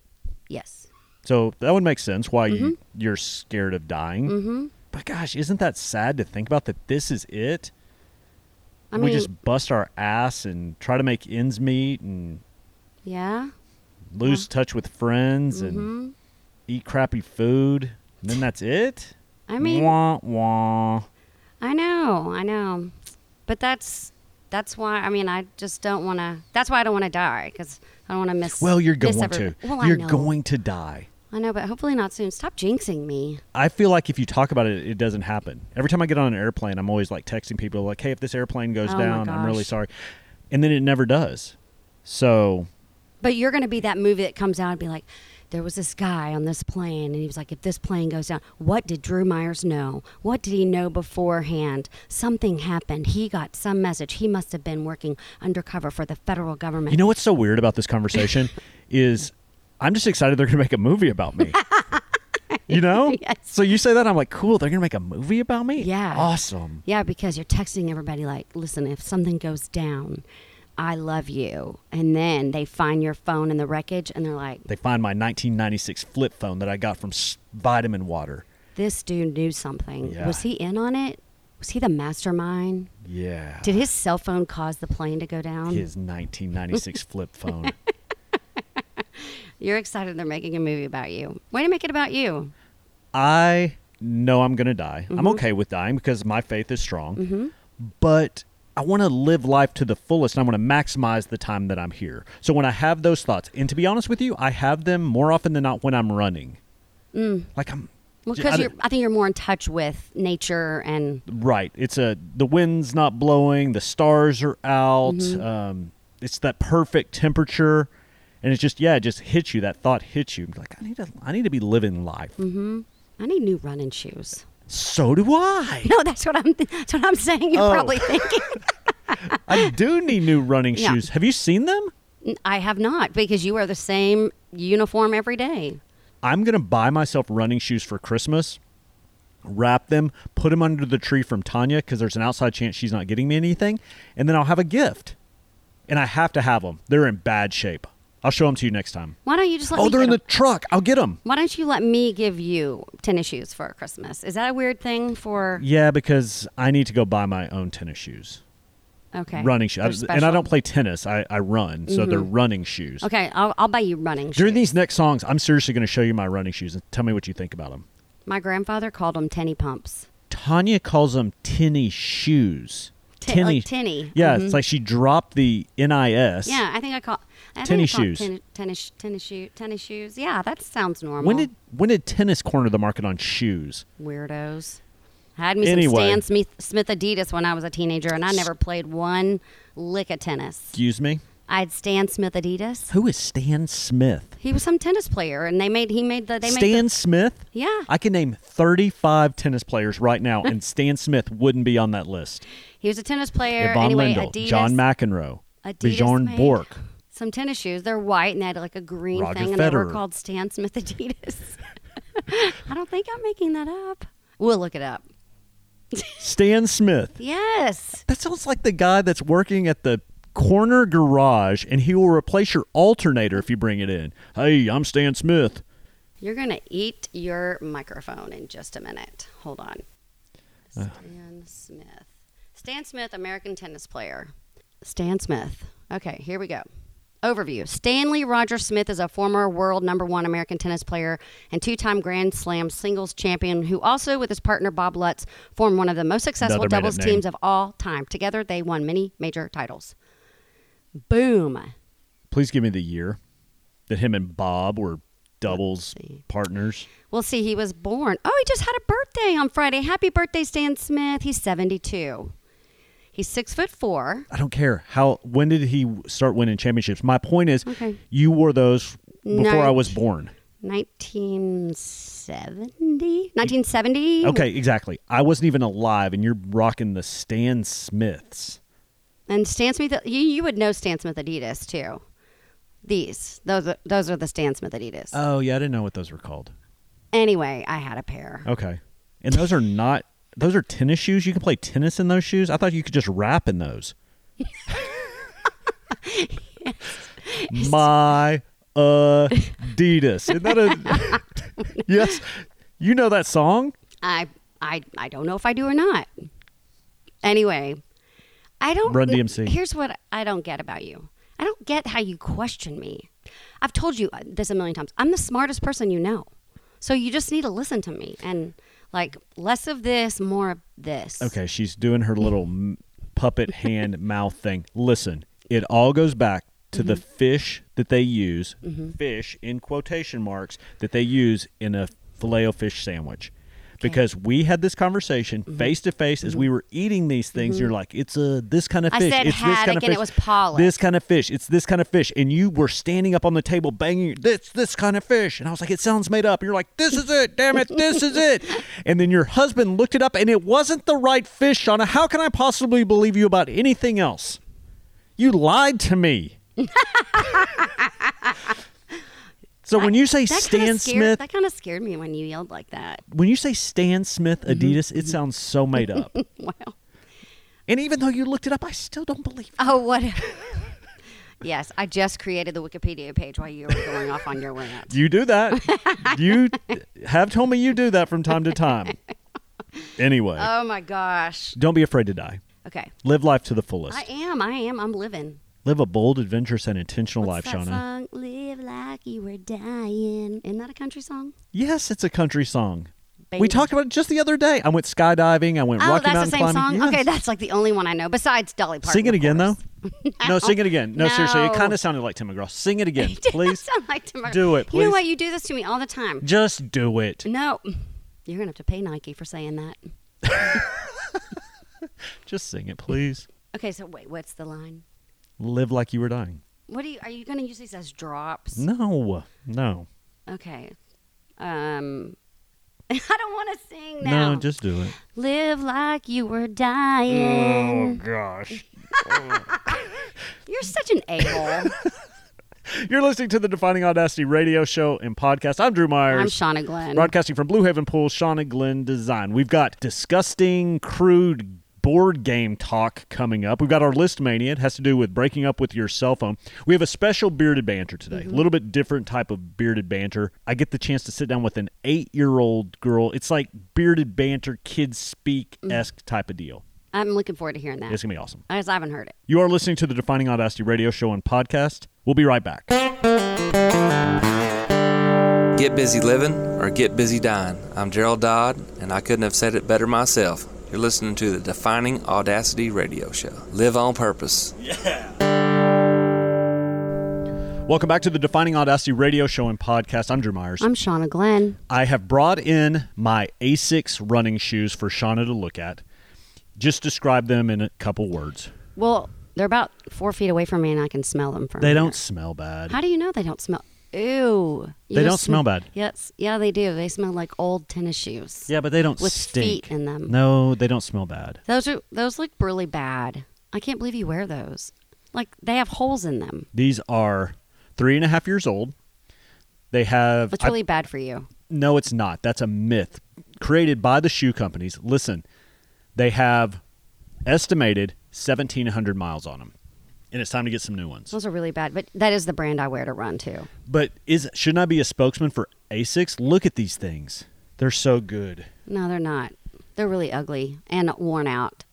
Speaker 3: Yes.
Speaker 2: So that would make sense why
Speaker 3: Mm-hmm.
Speaker 2: you, you're scared of dying. Mm-hmm. But gosh, isn't that sad to think about that this is it?
Speaker 3: I
Speaker 2: we
Speaker 3: mean,
Speaker 2: just bust our ass and try to make ends meet and
Speaker 3: yeah.
Speaker 2: lose touch with friends
Speaker 3: Mm-hmm.
Speaker 2: and eat crappy food. And then that's it?
Speaker 3: I mean,
Speaker 2: wah, wah.
Speaker 3: I know, I know, but that's that's why. I mean, I just don't want to. That's why I don't want to die because I don't want to miss.
Speaker 2: Well, you're
Speaker 3: miss
Speaker 2: going to.
Speaker 3: every- Well, I
Speaker 2: you're
Speaker 3: know.
Speaker 2: going to die.
Speaker 3: I know, but hopefully not soon. Stop jinxing me.
Speaker 2: I feel like if you talk about it, it doesn't happen. Every time I get on an airplane, I'm always like texting people, like, hey, if this airplane goes
Speaker 3: Oh my
Speaker 2: down, I'm really
Speaker 3: gosh.
Speaker 2: sorry. And then it never does. So,
Speaker 3: But you're going to be that movie that comes out and be like, there was this guy on this plane, and he was like, if this plane goes down, what did Drew Myers know? What did he know beforehand? Something happened. He got some message. He must have been working undercover for the federal government.
Speaker 2: you know what's so weird about this conversation is I'm just excited they're going to make a movie about
Speaker 3: (laughs)
Speaker 2: me. you know?
Speaker 3: Yes.
Speaker 2: So you say that, I'm like, cool, they're going to make a movie about me?
Speaker 3: Yeah.
Speaker 2: Awesome.
Speaker 3: Yeah, because you're texting everybody like, listen, if something goes down, I love you. And then they find your phone in the wreckage and they're like,
Speaker 2: They find my 1996 flip phone that I got from s- Vitamin Water.
Speaker 3: this dude knew something.
Speaker 2: Yeah.
Speaker 3: Was he in on it? Was he the mastermind?
Speaker 2: Yeah.
Speaker 3: Did his cell phone cause the plane to go down?
Speaker 2: His
Speaker 3: (laughs)
Speaker 2: 1996 flip phone.
Speaker 3: You're excited they're making a movie about you. Way to make it about you.
Speaker 2: I know I'm going to die. I'm okay with dying because my faith is strong. But I want to live life to the fullest and I want to maximize the time that I'm here. So when I have those thoughts, and to be honest with you, I have them more often than not when I'm running. Like I'm
Speaker 3: Well,
Speaker 2: j-
Speaker 3: because
Speaker 2: I
Speaker 3: you're,
Speaker 2: don't-
Speaker 3: I think you're more in touch with nature and
Speaker 2: right. It's a the wind's not blowing, the stars are out. Um, it's that perfect temperature, and it's just yeah, it just hits you. That thought hits you. Like I need to I need to be living life.
Speaker 3: I need new running shoes. (laughs)
Speaker 2: So do I.
Speaker 3: No, that's what I'm. that's what I'm saying. You're
Speaker 2: Oh.
Speaker 3: probably thinking. (laughs)
Speaker 2: I do need new running
Speaker 3: Yeah.
Speaker 2: shoes. Have you seen them?
Speaker 3: I have not because you wear the same uniform every day.
Speaker 2: I'm going to buy myself running shoes for Christmas, wrap them, put them under the tree from Tanya because there's an outside chance she's not getting me anything, and then I'll have a gift. And I have to have them. They're in bad shape. I'll show them to you next time.
Speaker 3: Why don't you just let
Speaker 2: oh,
Speaker 3: me
Speaker 2: they're
Speaker 3: get
Speaker 2: in the
Speaker 3: 'em?
Speaker 2: truck. I'll get them.
Speaker 3: Why don't you let me give you tennis shoes for Christmas? Is that a weird thing for
Speaker 2: Yeah, because I need to go buy my own tennis shoes.
Speaker 3: okay
Speaker 2: Running shoes.
Speaker 3: They're
Speaker 2: I- And I
Speaker 3: special. Mm-hmm.
Speaker 2: don't play tennis. I, I run. So they're running shoes.
Speaker 3: Okay, I'll, I'll buy you running shoes.
Speaker 2: During these next songs, I'm seriously going to show you my running shoes and tell me what you think about them.
Speaker 3: My grandfather called them tenny pumps.
Speaker 2: Tanya calls them tinny shoes.
Speaker 3: Tin-
Speaker 2: Tinny,
Speaker 3: like tinny. Mm-hmm.
Speaker 2: Yeah, it's like she dropped the NIS.
Speaker 3: Yeah, I think I call I
Speaker 2: Tenny
Speaker 3: think I call it
Speaker 2: shoes.
Speaker 3: ten- tennis tennis shoe tennis shoes. Yeah, that sounds normal.
Speaker 2: When did when did tennis corner the market on shoes?
Speaker 3: weirdos had me
Speaker 2: Anyway.
Speaker 3: some Stan Smith, Smith Adidas when I was a teenager, and I never played one lick of tennis.
Speaker 2: Excuse me.
Speaker 3: I had Stan Smith Adidas.
Speaker 2: Who is Stan Smith?
Speaker 3: He was some tennis player, and they made he made the they made
Speaker 2: Stan Smith?
Speaker 3: the, yeah.
Speaker 2: I can name 35 tennis players right now, and Stan Smith wouldn't be on that list.
Speaker 3: He was a tennis player.
Speaker 2: Yvonne
Speaker 3: anyway,
Speaker 2: Lendl,
Speaker 3: Adidas,
Speaker 2: John McEnroe,
Speaker 3: Adidas
Speaker 2: Bjorn
Speaker 3: made
Speaker 2: Bork.
Speaker 3: Some tennis shoes. They're white and they had like a green
Speaker 2: Roger
Speaker 3: thing, and they were
Speaker 2: Federer.
Speaker 3: called Stan Smith Adidas. (laughs) I don't think I'm making that up. We'll look it up.
Speaker 2: Stan Smith.
Speaker 3: Yes.
Speaker 2: That sounds like the guy that's working at the corner garage, and he will replace your alternator if you bring it in. Hey, I'm Stan Smith.
Speaker 3: You're going to eat your microphone in just a minute. Hold on.
Speaker 2: Uh.
Speaker 3: Stan Smith. Stan Smith, American tennis player. Stan Smith. Okay, here we go. Overview Stanley Roger Smith is a former world number one American tennis player and two time Grand Slam singles champion who also, with his partner Bob Lutz, formed one of the most successful
Speaker 2: Another made-up
Speaker 3: doubles
Speaker 2: name.
Speaker 3: teams of all time. Together, they won many major titles. Boom.
Speaker 2: Please give me the year that him and Bob were doubles partners.
Speaker 3: Well, see, he was born. Oh, he just had a birthday on Friday. Happy birthday, Stan Smith. He's 72. He's six foot four.
Speaker 2: I don't care how. When did he start winning championships? My point is,
Speaker 3: Okay.
Speaker 2: you wore those before I
Speaker 3: Nine-
Speaker 2: was born.
Speaker 3: 1970? 1970?
Speaker 2: Okay, exactly. I wasn't even alive, and you're rocking the Stan Smiths.
Speaker 3: And Stan Smith, you, you would know Stan Smith Adidas too. These, those, are- those are the Stan Smith Adidas.
Speaker 2: Oh yeah, I didn't know what those were called.
Speaker 3: anyway, I had a pair.
Speaker 2: Okay, and those are not. Those are tennis shoes. You can play tennis in those shoes. I thought you could just rap in those. My Adidas. Isn't that a (laughs) yes? You know that song?
Speaker 3: I, I, I don't know if I do or not. Anyway, I don't.
Speaker 2: Run DMC.
Speaker 3: Here's what I don't get about you. I don't get how you question me. I've told you uh, this a million times. I'm the smartest person you know, so you just need to listen to me and like less of this, more of this.
Speaker 2: Okay, she's doing her little m- puppet hand (laughs) mouth thing. Listen, it all goes back to the fish that they use, fish in quotation marks, that they use in a filet o fish sandwich. Because we had this conversation face to face as we were eating these things, you're like, "It's a this kind of
Speaker 3: I
Speaker 2: fish.
Speaker 3: said
Speaker 2: it's this kind
Speaker 3: haddock
Speaker 2: of
Speaker 3: and
Speaker 2: fish.
Speaker 3: it was pollock.
Speaker 2: This kind of fish. It's this kind of fish." And you were standing up on the table, banging. your- This this kind of fish. And I was like, "It sounds made up." And you're like, "This is it. Damn it, this is it."
Speaker 3: (laughs)
Speaker 2: And then your husband looked it up, and it wasn't the right fish, Shauna. How can I possibly believe you about anything else? You lied to
Speaker 3: (laughs)
Speaker 2: me. so when you say
Speaker 3: That
Speaker 2: Stan
Speaker 3: kinda scared,
Speaker 2: Smith,
Speaker 3: That kind of scared me when you yelled like that.
Speaker 2: when you say Stan Smith
Speaker 3: Mm-hmm.
Speaker 2: Adidas, it sounds so made
Speaker 3: (laughs)
Speaker 2: up.
Speaker 3: Well.
Speaker 2: and even though you looked it up, I still don't believe it.
Speaker 3: Oh, what? (laughs) yes, I just created the Wikipedia page while you were going off on your rant.
Speaker 2: (laughs) You do
Speaker 3: (laughs)
Speaker 2: that. you have told me you do that from time to time. Anyway,
Speaker 3: Oh my gosh.
Speaker 2: don't be afraid to die.
Speaker 3: Okay.
Speaker 2: Live life to the fullest.
Speaker 3: I am. I am. I'm living.
Speaker 2: Live a bold, adventurous, and intentional
Speaker 3: What's
Speaker 2: life, Shauna.
Speaker 3: that song? Live like you were dying. Isn't that a country song?
Speaker 2: Yes, it's a country song. We
Speaker 3: Baby.
Speaker 2: talked about it just the other day. I went skydiving. I went
Speaker 3: Oh,
Speaker 2: Rocky
Speaker 3: that's the
Speaker 2: Mountain
Speaker 3: same song.
Speaker 2: climbing. Yes.
Speaker 3: Okay, that's like the only one I know besides Dolly Parton.
Speaker 2: Sing it
Speaker 3: of
Speaker 2: again,
Speaker 3: course. (laughs)
Speaker 2: though. No, sing it again. No, seriously, it
Speaker 3: No.
Speaker 2: kind of sounded like Tim McGraw. Sing it
Speaker 3: (laughs)
Speaker 2: again,
Speaker 3: Does that
Speaker 2: please.
Speaker 3: sound like tomorrow?
Speaker 2: Do it,
Speaker 3: You
Speaker 2: please.
Speaker 3: know what? You do this to me all the time.
Speaker 2: Just do it.
Speaker 3: No, you're gonna have to pay Nike for saying that.
Speaker 2: Just sing it, please.
Speaker 3: Okay, so wait, what's the line?
Speaker 2: Live like you were dying.
Speaker 3: What do you? Are you gonna use these as drops?
Speaker 2: No, no,
Speaker 3: Okay. Um, (laughs) I don't want to sing now.
Speaker 2: no. Just do it.
Speaker 3: live like you were dying.
Speaker 2: Gosh. Oh.
Speaker 3: You're such an
Speaker 2: (laughs)
Speaker 3: a-hole.
Speaker 2: You're listening to the Defining Audacity radio show and podcast. I'm Drew Myers.
Speaker 3: I'm Shauna Glenn.
Speaker 2: Broadcasting from Blue Haven Pool, Shauna Glenn Design. We've got disgusting, crude board game talk coming up. We've got our list mania. It has to do with breaking up with your cell phone. We have a special bearded banter today. A little bit different type of bearded banter. I get the chance to sit down with an eight year old girl. It's like bearded banter, kids speak esque type of deal.
Speaker 3: I'm looking forward to hearing that
Speaker 2: It's going to be awesome.
Speaker 3: because I haven't heard it.
Speaker 2: You are listening to the Defining Audacity radio show and podcast. We'll be right back.
Speaker 4: Get busy living or get busy dying. I'm Gerald Dodd, and I couldn't have said it better myself. You're listening to the Defining Audacity Radio Show. Live on purpose.
Speaker 2: Welcome back to the Defining Audacity radio show and podcast. I'm Drew Myers.
Speaker 3: I'm Shauna Glenn.
Speaker 2: I have brought in my Asics running shoes for Shauna to look at. Just describe them in a couple words.
Speaker 3: Well, They're about four feet away from me, and I can smell them from.
Speaker 2: They
Speaker 3: here.
Speaker 2: don't smell bad.
Speaker 3: How do you know they don't smell? Ew. You
Speaker 2: They don't
Speaker 3: just
Speaker 2: smell bad.
Speaker 3: Yes, yeah, they do. They smell like old tennis shoes.
Speaker 2: yeah, but they don't
Speaker 3: with
Speaker 2: stink.
Speaker 3: feet in them.
Speaker 2: No, they don't smell bad.
Speaker 3: Those are those look really bad. I can't believe you wear those. Like they have holes in them.
Speaker 2: These are three and a half years old. They have
Speaker 3: That's
Speaker 2: I-
Speaker 3: really bad for you.
Speaker 2: No, it's not. That's a myth created by the shoe companies. Listen, they have estimated 1,700 miles on them, and it's time to get some new ones.
Speaker 3: Those are really bad. But that is the brand I wear to run to.
Speaker 2: But is shouldn't I be a spokesman for Asics? Look at these things; they're so good.
Speaker 3: No, they're not. They're really ugly and worn out.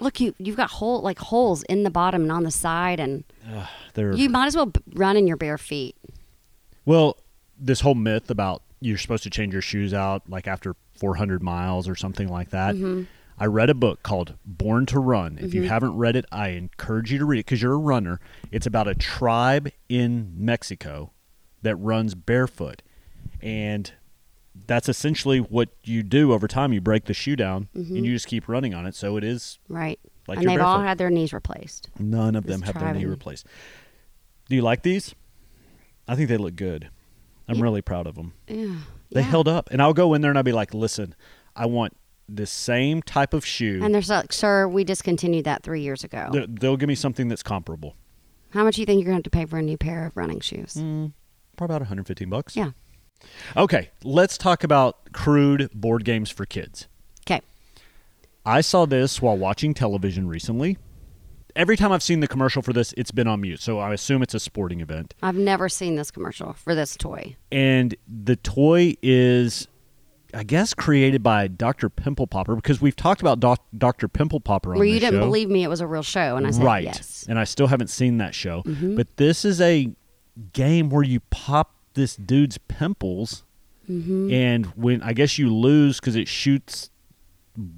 Speaker 3: Look, you you've got hole like holes in the bottom and on the side, and
Speaker 2: They're
Speaker 3: you might as well b- run in your bare feet.
Speaker 2: well, this whole myth about you're supposed to change your shoes out like after 400 miles or something like that. I read a book called Born to Run. If you haven't read it, I encourage you to read it because you're a runner. It's about a tribe in Mexico that runs barefoot. And that's essentially what you do over time. You break the shoe down and you just keep running on it. So it is,
Speaker 3: Right.
Speaker 2: Like
Speaker 3: and
Speaker 2: your
Speaker 3: they've all
Speaker 2: barefoot.
Speaker 3: had their knees replaced.
Speaker 2: none of them
Speaker 3: Just
Speaker 2: have their knee
Speaker 3: trying.
Speaker 2: replaced. Do you like these? I think they look good. I'm really proud of them.
Speaker 3: Yeah.
Speaker 2: They
Speaker 3: yeah.
Speaker 2: held up, and I'll go in there and I'll be like, "Listen, I want the same type of shoe."
Speaker 3: And they're so like, sir, we discontinued that three years ago.
Speaker 2: They- They'll give me something that's comparable,
Speaker 3: How much do you think you're going to have to pay for a new pair of running shoes?
Speaker 2: Mm. probably about 115 bucks.
Speaker 3: Yeah.
Speaker 2: Okay, let's talk about crude board games for kids.
Speaker 3: Okay.
Speaker 2: I saw this while watching television recently. Every time I've seen the commercial for this, it's been on mute, so I assume it's a sporting event.
Speaker 3: I've never seen this commercial for this toy.
Speaker 2: and the toy is i guess created by dr pimple popper because we've talked about doc, dr pimple popper on
Speaker 3: Where you
Speaker 2: this
Speaker 3: didn't
Speaker 2: show.
Speaker 3: believe me it was a real show, and I said
Speaker 2: right
Speaker 3: yes. Mm-hmm.
Speaker 2: and i still haven't seen that show but this is a game where you pop this dude's pimples
Speaker 3: Mm-hmm.
Speaker 2: and when i guess you lose because it shoots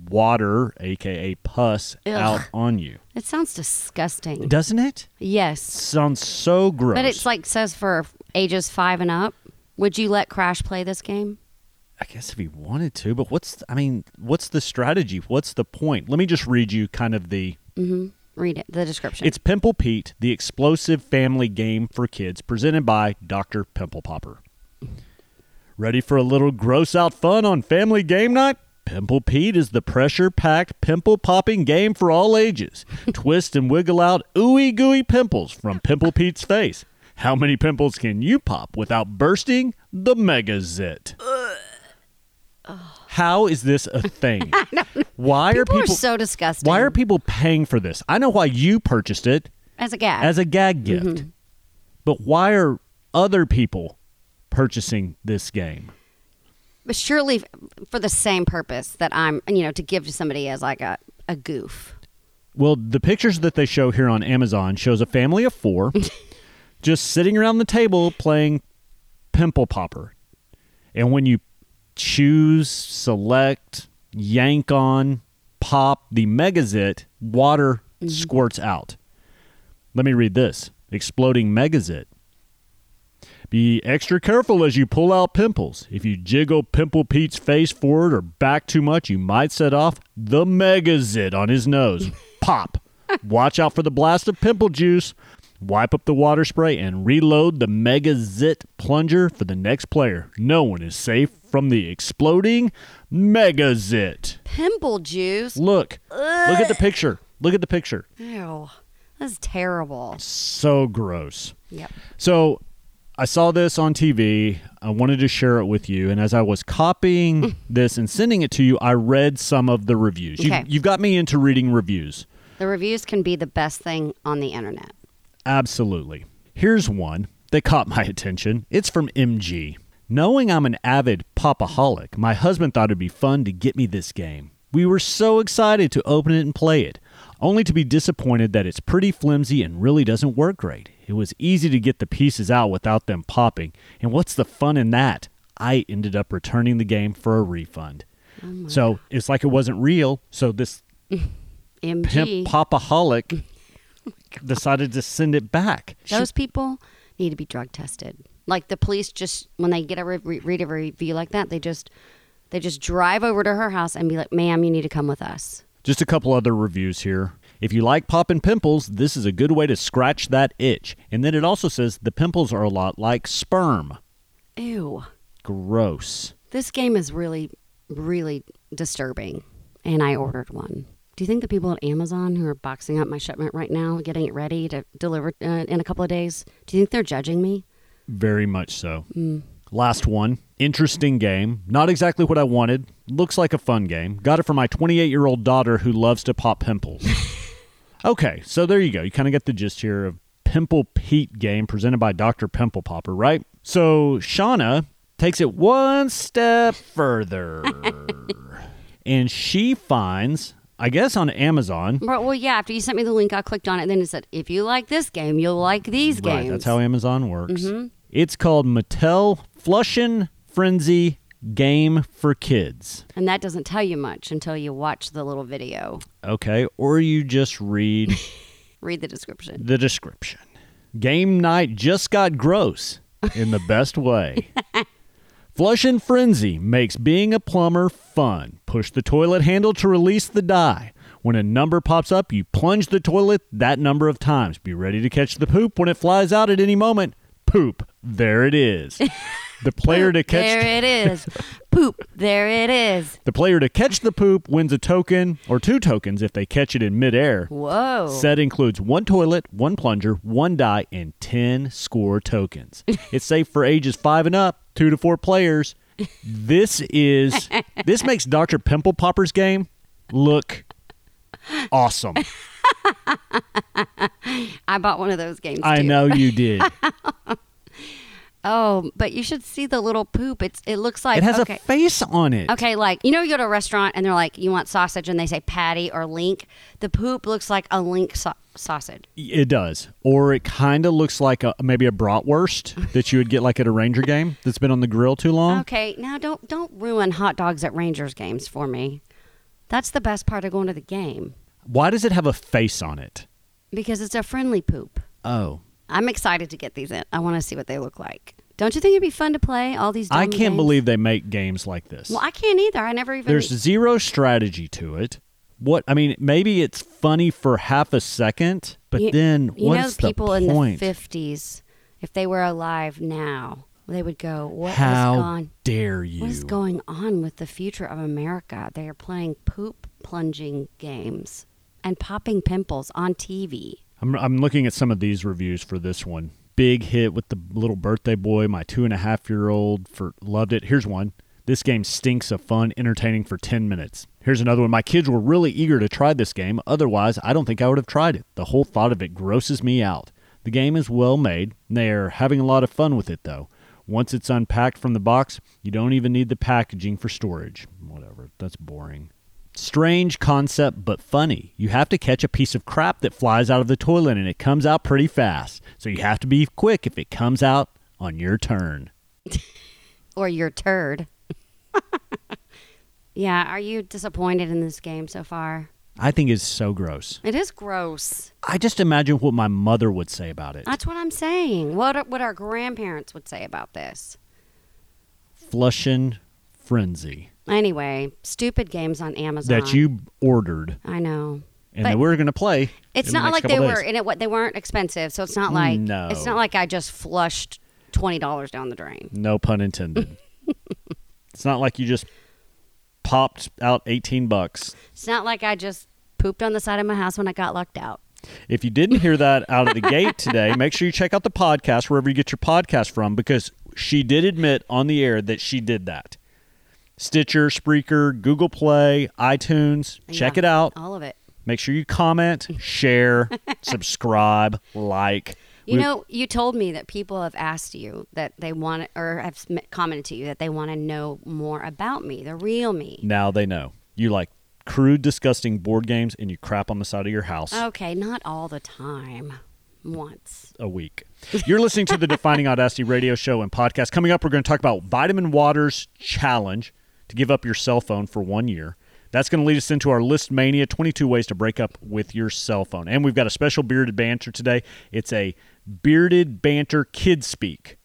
Speaker 2: water aka pus out
Speaker 3: Ugh.
Speaker 2: on you
Speaker 3: It sounds disgusting.
Speaker 2: doesn't it
Speaker 3: yes.
Speaker 2: sounds so gross
Speaker 3: But it's like says for ages five and up. Would you let Crash play this game?
Speaker 2: I guess if he wanted to, but what's I mean, what's the strategy? What's the point? Let me just read you kind of the
Speaker 3: Mm-hmm. Read it, the description.
Speaker 2: It's Pimple Pete, the explosive family game for kids presented by Dr. Pimple Popper. Ready for a little gross out fun on family game night? Pimple Pete is the pressure packed, pimple popping game for all
Speaker 3: (laughs)
Speaker 2: ages. Twist and wiggle out ooey gooey pimples from Pimple Pete's face. How many pimples can you pop without bursting the mega zit? How is this a
Speaker 3: (laughs)
Speaker 2: thing? Why
Speaker 3: people,
Speaker 2: are
Speaker 3: are
Speaker 2: people
Speaker 3: so disgusting.
Speaker 2: why are people paying for this? I know why you purchased it
Speaker 3: as a gag?
Speaker 2: as a gag gift, but why are other people purchasing this game?
Speaker 3: but surely f- for the same purpose that I'm, you know, to give to somebody as like a, a goof.
Speaker 2: Well, the pictures that they show here on Amazon shows a family of four just sitting around the table playing Pimple Popper, and when you choose, select, yank on, pop the megazit, water squirts out. Let me read this. Exploding megazit. Be extra careful as you pull out pimples. If you jiggle Pimple Pete's face forward or back too much, you might set off the megazit on his nose. Pop. Watch out for the blast of pimple juice. Wipe up the water spray and reload the megazit plunger for the next player. No one is safe from the exploding megazit.
Speaker 3: Pimple juice.
Speaker 2: Look. Look at the picture. Look at the picture.
Speaker 3: Ew. That's terrible.
Speaker 2: So gross.
Speaker 3: Yep.
Speaker 2: So I saw this on TV. I wanted to share it with you. And as I was copying this and sending it to you, I read some of the reviews.
Speaker 3: Okay.
Speaker 2: You, you've got me into reading reviews.
Speaker 3: The reviews can be the best thing on the internet.
Speaker 2: Absolutely. Here's one that caught my (laughs) attention. It's from MG. Knowing I'm an avid popaholic, my husband thought it'd be fun to get me this game. We were so excited to open it and play it, only to be disappointed that it's pretty flimsy and really doesn't work great. It was easy to get the pieces out without them popping, and what's the fun in that? I ended up returning the game for a refund. so it's like it wasn't real, so this
Speaker 3: MG.
Speaker 2: pimp popaholic decided to send it back.
Speaker 3: Those people need to be drug tested. Like the police, just when they get a re- re- read a review like that, they just they just drive over to her house and be like, "Ma'am, you need to come with us."
Speaker 2: Just a couple other reviews here. If you like popping pimples, this is a good way to scratch that itch. And then it also says the pimples are a lot like sperm.
Speaker 3: Ew.
Speaker 2: Gross.
Speaker 3: This game is really, really disturbing. And I ordered one. Do you think the people at Amazon who are boxing up my shipment right now, getting it ready to deliver uh, in a couple of days, do you think they're judging me?
Speaker 2: Very much so. Last one. Interesting game. Not exactly what I wanted. Looks like a fun game. Got it for my 28 year old daughter who loves to pop pimples. okay, so there you go. You kind of get the gist here of Pimple Pete game presented by Dr. Pimple Popper, right? So Shauna takes it one step further. and she finds, I guess on Amazon.
Speaker 3: Well, well, yeah, after you sent me the link, I clicked on it, and then it said, if you like this game, you'll like these
Speaker 2: Right,
Speaker 3: games.
Speaker 2: that's how Amazon works. It's called Mattel Flushin' Frenzy Game for Kids.
Speaker 3: and that doesn't tell you much until you watch the little video,
Speaker 2: Okay, or you just read
Speaker 3: read the description.
Speaker 2: the description. Game night just got gross in the best way.
Speaker 3: (laughs)
Speaker 2: Flush and Frenzy makes being a plumber fun. Push the toilet handle to release the die. When a number pops up, you plunge the toilet that number of times. Be ready to catch the poop when it flies out at any moment. Poop, there it
Speaker 3: (laughs)
Speaker 2: is. The player to catch
Speaker 3: there
Speaker 2: (laughs)
Speaker 3: it is. Poop. There it is.
Speaker 2: the player to catch the poop wins a token or two tokens if they catch it in midair.
Speaker 3: Whoa.
Speaker 2: Set includes one toilet, one plunger, one die, and 10 score
Speaker 3: (laughs)
Speaker 2: tokens. it's safe for ages five and up, two to four players. This is, this makes Dr. Pimple Popper's game look
Speaker 3: (laughs)
Speaker 2: awesome.
Speaker 3: I bought one of those games.
Speaker 2: I
Speaker 3: too.
Speaker 2: know you
Speaker 3: (laughs)
Speaker 2: did.
Speaker 3: Oh, but you should see the little poop. It's it looks like
Speaker 2: It has
Speaker 3: okay.
Speaker 2: a face on it.
Speaker 3: Okay, like you know, you go to a restaurant and they're like, "You want sausage?" and they say patty or link. The poop looks like a link sau- sausage.
Speaker 2: It does. Or it kind of looks like a, maybe a bratwurst that you would get like at a Ranger game that's been on the grill too long.
Speaker 3: Okay, now don't don't ruin hot dogs at Rangers games for me. That's the best part of going to the game
Speaker 2: Why does it have a face on it?
Speaker 3: because it's a friendly poop.
Speaker 2: Oh.
Speaker 3: I'm excited to get these in. I want to see what they look like. Don't you think it'd be fun to play all these?
Speaker 2: I
Speaker 3: dumb
Speaker 2: can't
Speaker 3: games?
Speaker 2: believe they make games like this.
Speaker 3: Well, I can't either. I never even.
Speaker 2: There's zero strategy to it. What I mean, maybe it's funny for half a second, but
Speaker 3: You-
Speaker 2: then
Speaker 3: you know,
Speaker 2: what's the
Speaker 3: people in the
Speaker 2: point?
Speaker 3: fifties, if they were alive now, they would go, "What is
Speaker 2: How
Speaker 3: gone?
Speaker 2: dare you?
Speaker 3: What is going on with the future of America? They are playing poop plunging games and popping pimples on TV."
Speaker 2: I'm, I'm looking at some of these reviews for this one. Big hit with the little birthday boy. My two and a half year old for loved it. Here's one. This game stinks of fun, entertaining for 10 minutes. Here's another one. My kids were really eager to try this game. Otherwise, I don't think I would have tried it. The whole thought of it grosses me out. The game is well made. and They are having a lot of fun with it, though. Once it's unpacked from the box, you don't even need the packaging for storage. Whatever. That's boring. Strange concept, but funny. You have to catch a piece of crap that flies out of the toilet and it comes out pretty fast. So you have to be quick if it comes out on your turn.
Speaker 3: Or your turd. (laughs) yeah, are you disappointed in this game so far?
Speaker 2: I think it's so gross.
Speaker 3: It is gross.
Speaker 2: I just imagine what my mother would say about it.
Speaker 3: That's what I'm saying. What what our grandparents would say about this.
Speaker 2: Flushin' Frenzy
Speaker 3: Anyway, stupid games on Amazon.
Speaker 2: that you ordered
Speaker 3: I know.
Speaker 2: and
Speaker 3: But-
Speaker 2: that we're going to play.
Speaker 3: It's
Speaker 2: in the
Speaker 3: not
Speaker 2: next
Speaker 3: like they
Speaker 2: couple
Speaker 3: were,
Speaker 2: days.
Speaker 3: and it wa- they weren't expensive, so it's not like
Speaker 2: No.
Speaker 3: it's not like I just flushed twenty dollars down the drain.
Speaker 2: No pun
Speaker 3: (laughs)
Speaker 2: intended. it's not like you just popped out 18 bucks.
Speaker 3: It's not like I just pooped on the side of my house when I got locked out.
Speaker 2: If you didn't hear that out of the gate today, make sure you check out the podcast wherever you get your podcast from because she did admit on the air that she did that. Stitcher, Spreaker, Google Play, iTunes. Check
Speaker 3: Yeah, Oh.
Speaker 2: it out.
Speaker 3: all of it.
Speaker 2: Make sure you comment, share, subscribe, like.
Speaker 3: You
Speaker 2: We-
Speaker 3: know, you told me that people have asked you that they want or have sm- commented to you that they want to know more about me, the real me.
Speaker 2: now they know. You like crude, disgusting board games and you crap on the side of your house.
Speaker 3: Okay, not all the time. Once.
Speaker 2: a week. You're listening to the Defining Audacity radio show and podcast. Coming up, we're going to talk about Vitamin Waters Challenge to give up your cell phone for one year. That's going to lead us into our List Mania 22 ways to break up with your cell phone. And we've got a special bearded banter today. It's a bearded banter kid speak.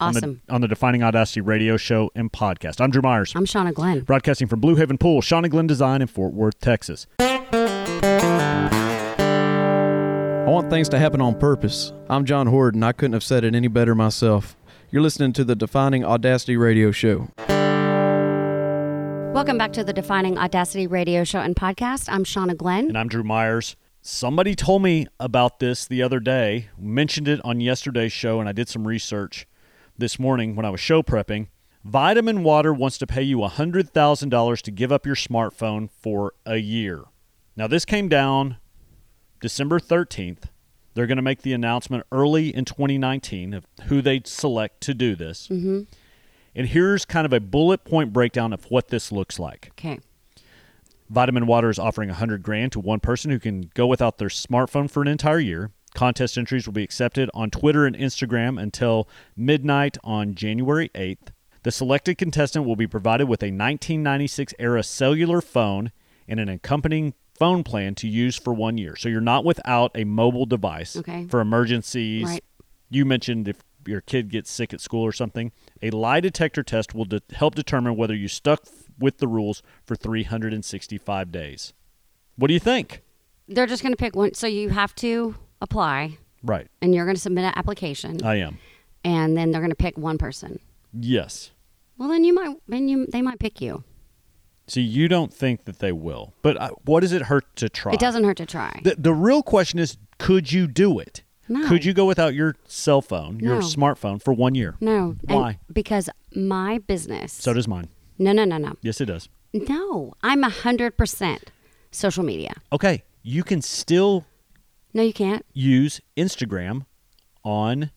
Speaker 2: On
Speaker 3: Awesome.
Speaker 2: the, on the Defining Audacity radio show and podcast. I'm Drew Myers,
Speaker 3: I'm Shauna Glenn.
Speaker 2: broadcasting from Blue Haven Pool, Shauna Glenn Design in Fort Worth, Texas.
Speaker 5: I want things to happen on purpose. I'm John Horton. I couldn't have said it any better myself. You're listening to the Defining Audacity Radio Show.
Speaker 3: Welcome back to the Defining Audacity radio show and podcast. I'm Shauna Glenn.
Speaker 2: And I'm Drew Myers. Somebody told me about this the other day, mentioned it on yesterday's show, and I did some research this morning when I was show prepping. Vitamin Water wants to pay you $100,000 to give up your smartphone for a year. Now, this came down December 13th. They're going to make the announcement early in 2019 of who they select to do this. Mm-hmm. And here's kind of a bullet point breakdown of what this looks like.
Speaker 3: Okay.
Speaker 2: Vitamin Water is offering 100 grand to one person who can go without their smartphone for an entire year. Contest entries will be accepted on Twitter and Instagram until midnight on January 8th. The selected contestant will be provided with a 1996 era cellular phone and an accompanying phone plan to use for one year. So you're not without a mobile device
Speaker 3: Okay.
Speaker 2: for emergencies.
Speaker 3: Right.
Speaker 2: You mentioned if your kid gets sick at school or something, a lie detector test will de- help determine whether you stuck f- with the rules for 365 days. What do you think?
Speaker 3: They're just going to pick one. So you have to apply
Speaker 2: Right.
Speaker 3: and you're going to submit an application
Speaker 2: I am.
Speaker 3: and then they're going to pick one person.
Speaker 2: Yes.
Speaker 3: Well, then you might, then you, they might pick you.
Speaker 2: See, you don't think that they will, but I, what does it hurt to try?
Speaker 3: It doesn't hurt to try.
Speaker 2: The, the real question is, could you do it?
Speaker 3: No.
Speaker 2: Could you go without your cell phone, your
Speaker 3: No.
Speaker 2: smartphone, for one year?
Speaker 3: no. And
Speaker 2: Why?
Speaker 3: Because my business.
Speaker 2: So does mine.
Speaker 3: No, no, no, no.
Speaker 2: Yes, it does.
Speaker 3: No, I'm 100% social media.
Speaker 2: Okay, you can still
Speaker 3: No, you can't.
Speaker 2: use Instagram on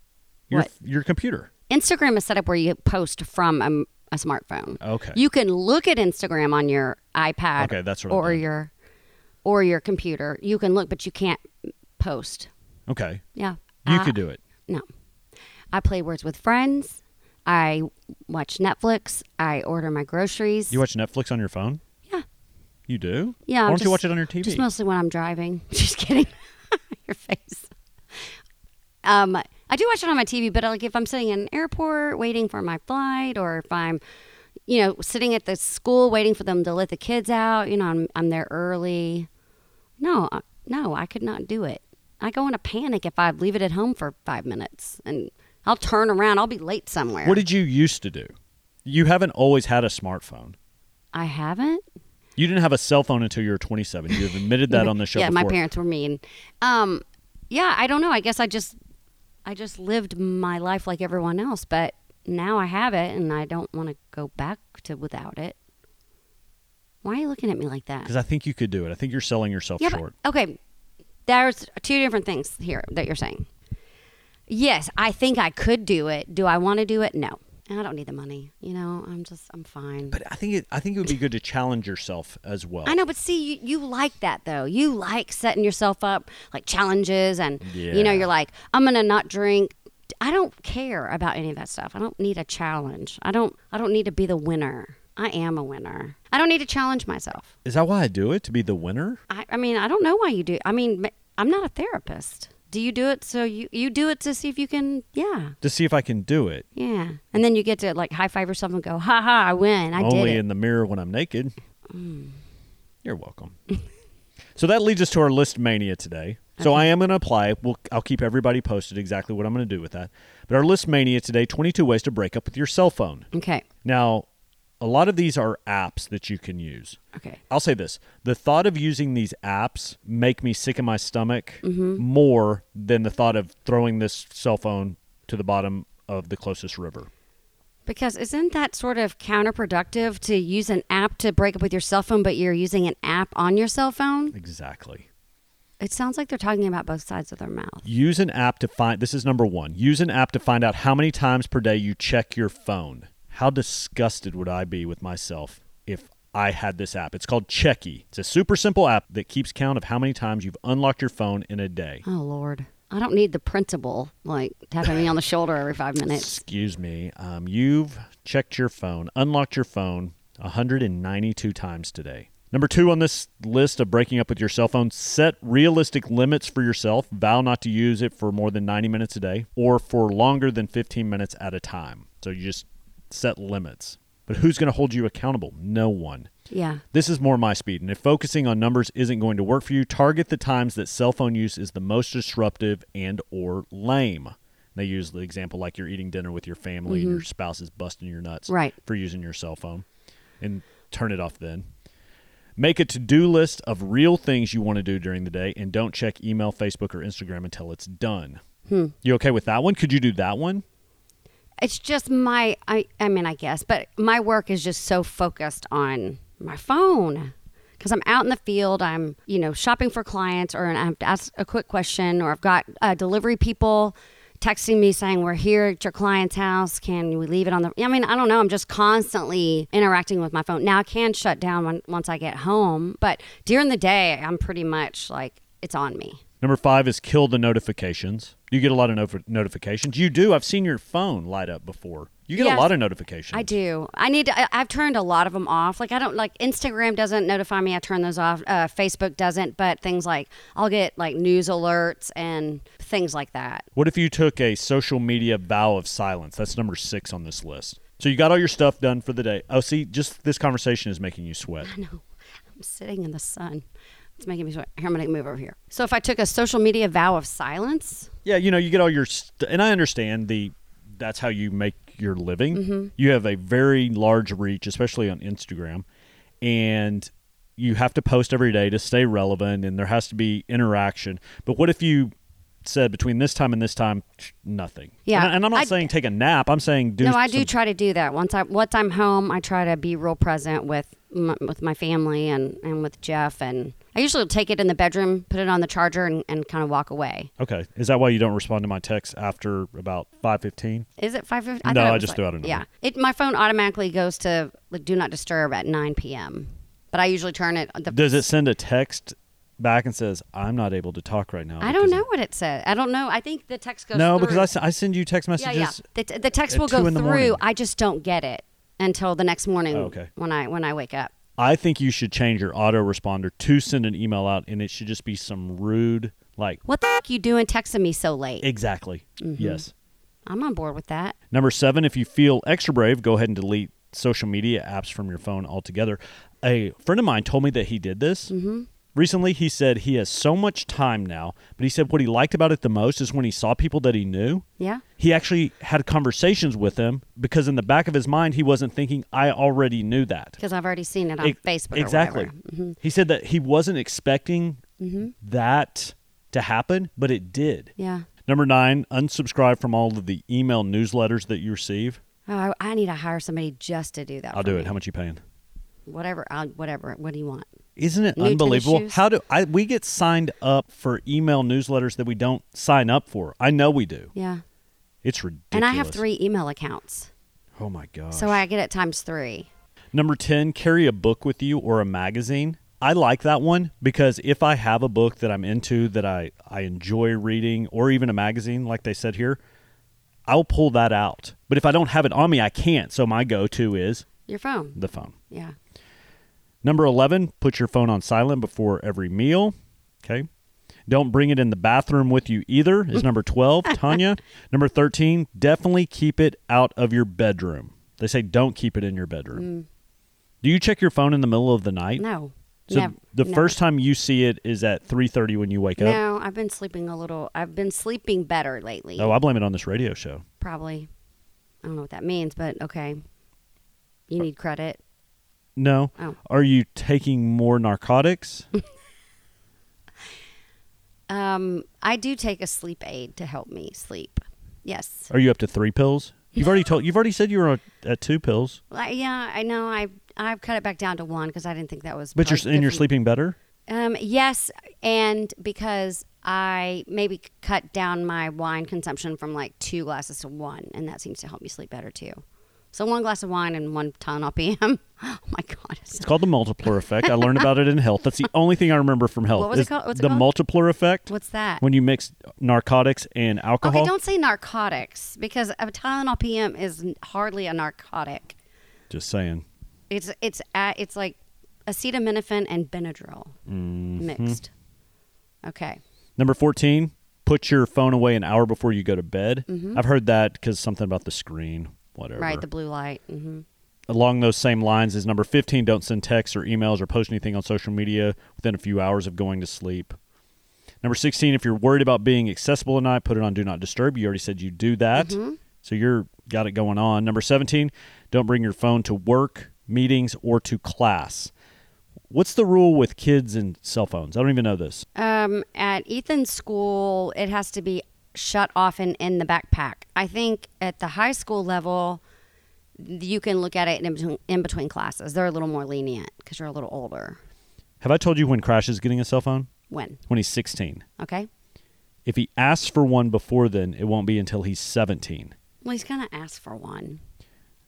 Speaker 2: your
Speaker 3: What?
Speaker 2: your computer.
Speaker 3: Instagram is set up where you post from a, a smartphone.
Speaker 2: Okay.
Speaker 3: You can look at Instagram on your iPad
Speaker 2: Okay, that's what I'm
Speaker 3: or
Speaker 2: doing.
Speaker 3: your or your computer. You can look, but you can't post.
Speaker 2: Okay,
Speaker 3: Yeah.
Speaker 2: you
Speaker 3: I-
Speaker 2: could do it.
Speaker 3: No. I play words with friends. I watch Netflix. I order my groceries.
Speaker 2: You watch Netflix on your phone?
Speaker 3: Yeah.
Speaker 2: You do?
Speaker 3: yeah.
Speaker 2: Why
Speaker 3: I'm
Speaker 2: don't you
Speaker 3: just-
Speaker 2: watch it on your TV?
Speaker 3: Just mostly when I'm driving. (laughs) Just kidding. your face. Um, I do watch it on my TV, but like if I'm sitting in an airport waiting for my flight, or if I'm, you know, sitting at the school waiting for them to let the kids out, you know, I'm I'm there early. No, I- no, I could not do it. I go in a panic if I leave it at home for five minutes, and I'll turn around. I'll be late somewhere.
Speaker 2: what did you used to do? You haven't always had a smartphone.
Speaker 3: I haven't.
Speaker 2: You didn't have a cell phone until you were 27.
Speaker 3: (laughs)
Speaker 2: You have admitted that on the show.
Speaker 3: yeah, my
Speaker 2: before.
Speaker 3: parents were mean. Um, yeah, I don't know. I guess I just, I just lived my life like everyone else, but now I have it, and I don't want to go back to without it. Why are you looking at me like that?
Speaker 2: Because I think you could do it. I think you're selling yourself
Speaker 3: yeah,
Speaker 2: short.
Speaker 3: but okay. There's two different things here that you're saying. Yes, I think I could do it. Do I want to do it? No, and I don't need the money. You know, I'm just, I'm fine.
Speaker 2: But I think it, I think it would be good to challenge yourself as well.
Speaker 3: I know, but see, you, you like that though. You like setting yourself up like challenges, and you know,
Speaker 2: Yeah.
Speaker 3: you're like, I'm gonna not drink. I don't care about any of that stuff. I don't need a challenge. I don't. I don't need to be the winner. I am a winner. I don't need to challenge myself.
Speaker 2: Is that why I do it to be the winner?
Speaker 3: I, I mean, I don't know why you do. I mean, m- I'm not a therapist. Do you do it so you you do it to see if you can? Yeah,
Speaker 2: To see if I can do it.
Speaker 3: yeah. And then you get to like high five yourself and go, ha ha, I win. I did
Speaker 2: Only
Speaker 3: it. Mm.
Speaker 2: in the mirror when I'm naked. You're welcome. so that leads us to our list mania today. So I am going to apply. We'll, I'll keep everybody posted exactly what I'm going to do with that. But our list mania today: 22 ways to break up with your cell phone.
Speaker 3: okay.
Speaker 2: Now, a lot of these are apps that you can use.
Speaker 3: Okay.
Speaker 2: I'll say this: the thought of using these apps make me sick in my stomach
Speaker 3: Mm-hmm.
Speaker 2: more than the thought of throwing this cell phone to the bottom of the closest river.
Speaker 3: Because isn't that sort of counterproductive to use an app to break up with your cell phone, but you're using an app on your cell phone?
Speaker 2: Exactly.
Speaker 3: It sounds like they're talking about both sides of their mouth.
Speaker 2: Use an app to find. This is number one. Use an app to find out how many times per day you check your phone. How disgusted would I be with myself if I had this app? It's called Checky. It's a super simple app that keeps count of how many times you've unlocked your phone in a day.
Speaker 3: Oh, Lord. I don't need the principal, like, tapping me on the shoulder every five
Speaker 2: (laughs)
Speaker 3: minutes.
Speaker 2: Excuse me. Um, you've checked your phone, unlocked your phone 192 times today. Number two on this list of breaking up with your cell phone, set realistic limits for yourself. Vow not to use it for more than 90 minutes a day or for longer than 15 minutes at a time. So you just set limits. But who's going to hold you accountable? No one.
Speaker 3: Yeah.
Speaker 2: This is more my speed, and if focusing on numbers isn't going to work for you, target the times that cell phone use is the most disruptive and or lame. They use the example like you're eating dinner with your family and your spouse is busting your nuts
Speaker 3: Right.
Speaker 2: for using your cell phone and turn it off then. Make a to-do list of real things you want to do during the day and don't check email, Facebook or Instagram until it's done. You okay with that one? Could you do that one?
Speaker 3: It's just my I I mean I guess, but my work is just so focused on my phone cuz I'm out in the field, I'm, you know, shopping for clients or and I have to ask a quick question or I've got uh, delivery people texting me saying we're here at your client's house can we leave it on the i mean i don't know i'm just constantly interacting with my phone now i can shut down when, once i get home but during the day i'm pretty much like it's on me
Speaker 2: Number five is kill the notifications. You get a lot of nof- notifications. You do. I've seen your phone light up before. You get
Speaker 3: Yes.
Speaker 2: a lot of notifications.
Speaker 3: I do. I need. To, I, I've turned a lot of them off. Like I don't like Instagram doesn't notify me. I turn those off. Uh, Facebook doesn't. But things like I'll get like news alerts and things like that.
Speaker 2: What if you took a social media vow of silence? That's number six on this list. So you got all your stuff done for the day. Oh, see, just this conversation is making you sweat.
Speaker 3: I'm sitting in the sun. It's making me sweat. Here, I'm gonna move over here. So if I took a social media vow of silence,
Speaker 2: Yeah, you know, you get all your, st- and I understand the, that's how you make your living.
Speaker 3: Mm-hmm.
Speaker 2: You have a very large reach, especially on Instagram, and you have to post every day to stay relevant, and there has to be interaction. But what if you said between this time and this time, nothing?
Speaker 3: Yeah,
Speaker 2: and, I, am not
Speaker 3: I-
Speaker 2: saying take a nap. I'm saying do.
Speaker 3: no, I do
Speaker 2: some-
Speaker 3: try to do that. Once I once I'm home, I try to be real present with m- with my family and and with Jeff. And I usually take it in the bedroom, put it on the charger, and, and kind of walk away.
Speaker 2: Okay, is that why you don't respond to my text after about five fifteen?
Speaker 3: Is it five fifty?
Speaker 2: No, I just threw out a number.
Speaker 3: Yeah, it. My phone automatically goes to like do not disturb at nine p.m. But I usually turn it. The,
Speaker 2: Does it send a text back and says, "I'm not able to talk right now"?
Speaker 3: I don't
Speaker 2: because
Speaker 3: know
Speaker 2: of-"
Speaker 3: what it said. I don't know. I think the text goes.
Speaker 2: No,
Speaker 3: through.
Speaker 2: because I s- I, send you text
Speaker 3: Yeah,
Speaker 2: messages.
Speaker 3: yeah. The, t- the text
Speaker 2: at
Speaker 3: will go
Speaker 2: two in the morning.
Speaker 3: through. I just don't get it until the next morning.
Speaker 2: Oh, okay.
Speaker 3: When I when I wake up.
Speaker 2: I think you should change your autoresponder to send an email out, and it should just be some rude, like,
Speaker 3: What the f- you doing texting me so late?
Speaker 2: exactly. Yes.
Speaker 3: I'm on board with that.
Speaker 2: Number seven, if you feel extra brave, go ahead and delete social media apps from your phone altogether. A friend of mine told me that he did this. Mm-hmm. Recently, he said he has so much time now, but he said what he liked about it the most is when he saw people that he knew.
Speaker 3: Yeah.
Speaker 2: He actually had conversations with them because in the back of his mind, he wasn't thinking, I already knew that.
Speaker 3: Because I've already seen it on
Speaker 2: Ex-
Speaker 3: Facebook. Or
Speaker 2: Exactly.
Speaker 3: whatever. Mm-hmm.
Speaker 2: He said that he wasn't expecting that to happen, but it did.
Speaker 3: Yeah.
Speaker 2: Number nine, unsubscribe from all of the email newsletters that you receive.
Speaker 3: Oh, I, I need to hire somebody just to do that.
Speaker 2: I'll
Speaker 3: for
Speaker 2: do
Speaker 3: me.
Speaker 2: it. How much you paying?
Speaker 3: Whatever. I'll, whatever. What do you want?
Speaker 2: Isn't it
Speaker 3: New tennis
Speaker 2: unbelievable?
Speaker 3: shoes?
Speaker 2: How do I we get signed up for email newsletters that we don't sign up for? I know we do.
Speaker 3: Yeah.
Speaker 2: It's ridiculous.
Speaker 3: And I have three email accounts.
Speaker 2: Oh my gosh.
Speaker 3: So I get it times three.
Speaker 2: Number 10, carry a book with you or a magazine. I like that one because if I have a book that I'm into that I, I enjoy reading or even a magazine, like they said here, I'll pull that out. But if I don't have it on me, I can't. So my go to is
Speaker 3: Your phone.
Speaker 2: the phone.
Speaker 3: Yeah.
Speaker 2: Number 11, put your phone on silent before every meal. Okay. Don't bring it in the bathroom with you either, is number
Speaker 3: (laughs)
Speaker 2: 12, Tanya. Number 13, definitely keep it out of your bedroom. They say don't keep it in your bedroom. Do you check your phone in the middle of the night?
Speaker 3: Mm. No.
Speaker 2: So
Speaker 3: Nev-
Speaker 2: the
Speaker 3: never.
Speaker 2: first time you see it is at 3:30 when you wake up.
Speaker 3: No, I've been sleeping a little. I've been sleeping better lately.
Speaker 2: Oh, I blame it on this radio show.
Speaker 3: Probably. I don't know what that means, but okay. You need credit.
Speaker 2: No.
Speaker 3: Oh.
Speaker 2: Are you taking more
Speaker 3: (laughs)
Speaker 2: narcotics?
Speaker 3: Um, I do take a sleep aid to help me sleep. Yes.
Speaker 2: Are you up to 3 pills? You've already told you've already said you were on- at 2 pills,
Speaker 3: Well, I- yeah, I know. I I've cut it back down to one because I didn't think that was.
Speaker 2: but you're
Speaker 3: part-
Speaker 2: and you're
Speaker 3: different-
Speaker 2: sleeping better?
Speaker 3: Um, yes, and because I maybe cut down my wine consumption from like two glasses to one, and that seems to help me sleep better too. So one glass of wine and one ton p.m. (laughs) Oh my god! it's-
Speaker 2: It's called the multiplier effect. I learned about it in health. That's the only thing I remember from health.
Speaker 3: What was it
Speaker 2: is
Speaker 3: called? What's it
Speaker 2: the
Speaker 3: called?
Speaker 2: multiplier effect.
Speaker 3: (laughs) What's that?
Speaker 2: When you mix narcotics and alcohol.
Speaker 3: Okay, don't say narcotics because a Tylenol PM is n- hardly a narcotic.
Speaker 2: Just saying.
Speaker 3: It's it's a, it's like acetaminophen and Benadryl
Speaker 2: Mm-hmm.
Speaker 3: mixed. Okay.
Speaker 2: Number 14, put your phone away an hour
Speaker 3: Mm-hmm.
Speaker 2: before you go to bed. I've heard that because something about the screen, whatever.
Speaker 3: Right, the blue light. hmm
Speaker 2: along those same lines is number 15 don't send texts or emails or post anything on social media within a few hours of going to sleep number 16 if you're worried about being accessible at night put it on do not disturb you already said you do that so you're got it going on number 17 don't bring your phone to work meetings or to class what's the rule with kids and cell phones i don't even know this
Speaker 3: Um, at Ethan's school, it has to be shut off and in the backpack. I think at the high school level, you can look at it in between, in between classes. They're a little more lenient because you're a little older.
Speaker 2: have i told you when crash is getting a cell phone
Speaker 3: When?
Speaker 2: when he's 16
Speaker 3: Okay.
Speaker 2: if he asks for one before then it won't be until he's 17
Speaker 3: Well, he's going to ask for one.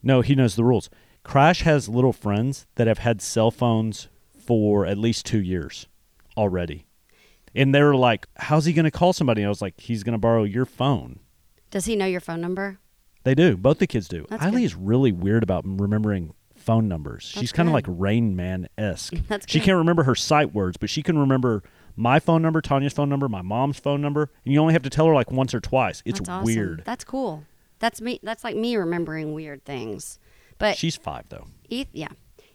Speaker 2: No, he knows the rules. Crash has little friends that have had cell phones for at least two years already. And they were like, How's he going to call somebody? And I was like, He's going to borrow your phone.
Speaker 3: Does he know your phone number?
Speaker 2: They do. Both the kids do.
Speaker 3: That's
Speaker 2: Eileen
Speaker 3: good.
Speaker 2: is really weird about remembering phone numbers. She's kind of like Rain Man esque.
Speaker 3: (laughs) That's
Speaker 2: She
Speaker 3: good.
Speaker 2: can't remember her sight words, but she can remember my phone number, Tanya's phone number, my mom's phone number. And you only have to tell her like once or twice. It's
Speaker 3: That's awesome.
Speaker 2: weird.
Speaker 3: That's cool. That's me. That's like me remembering weird things. But
Speaker 2: She's five, though.
Speaker 3: Eth- yeah,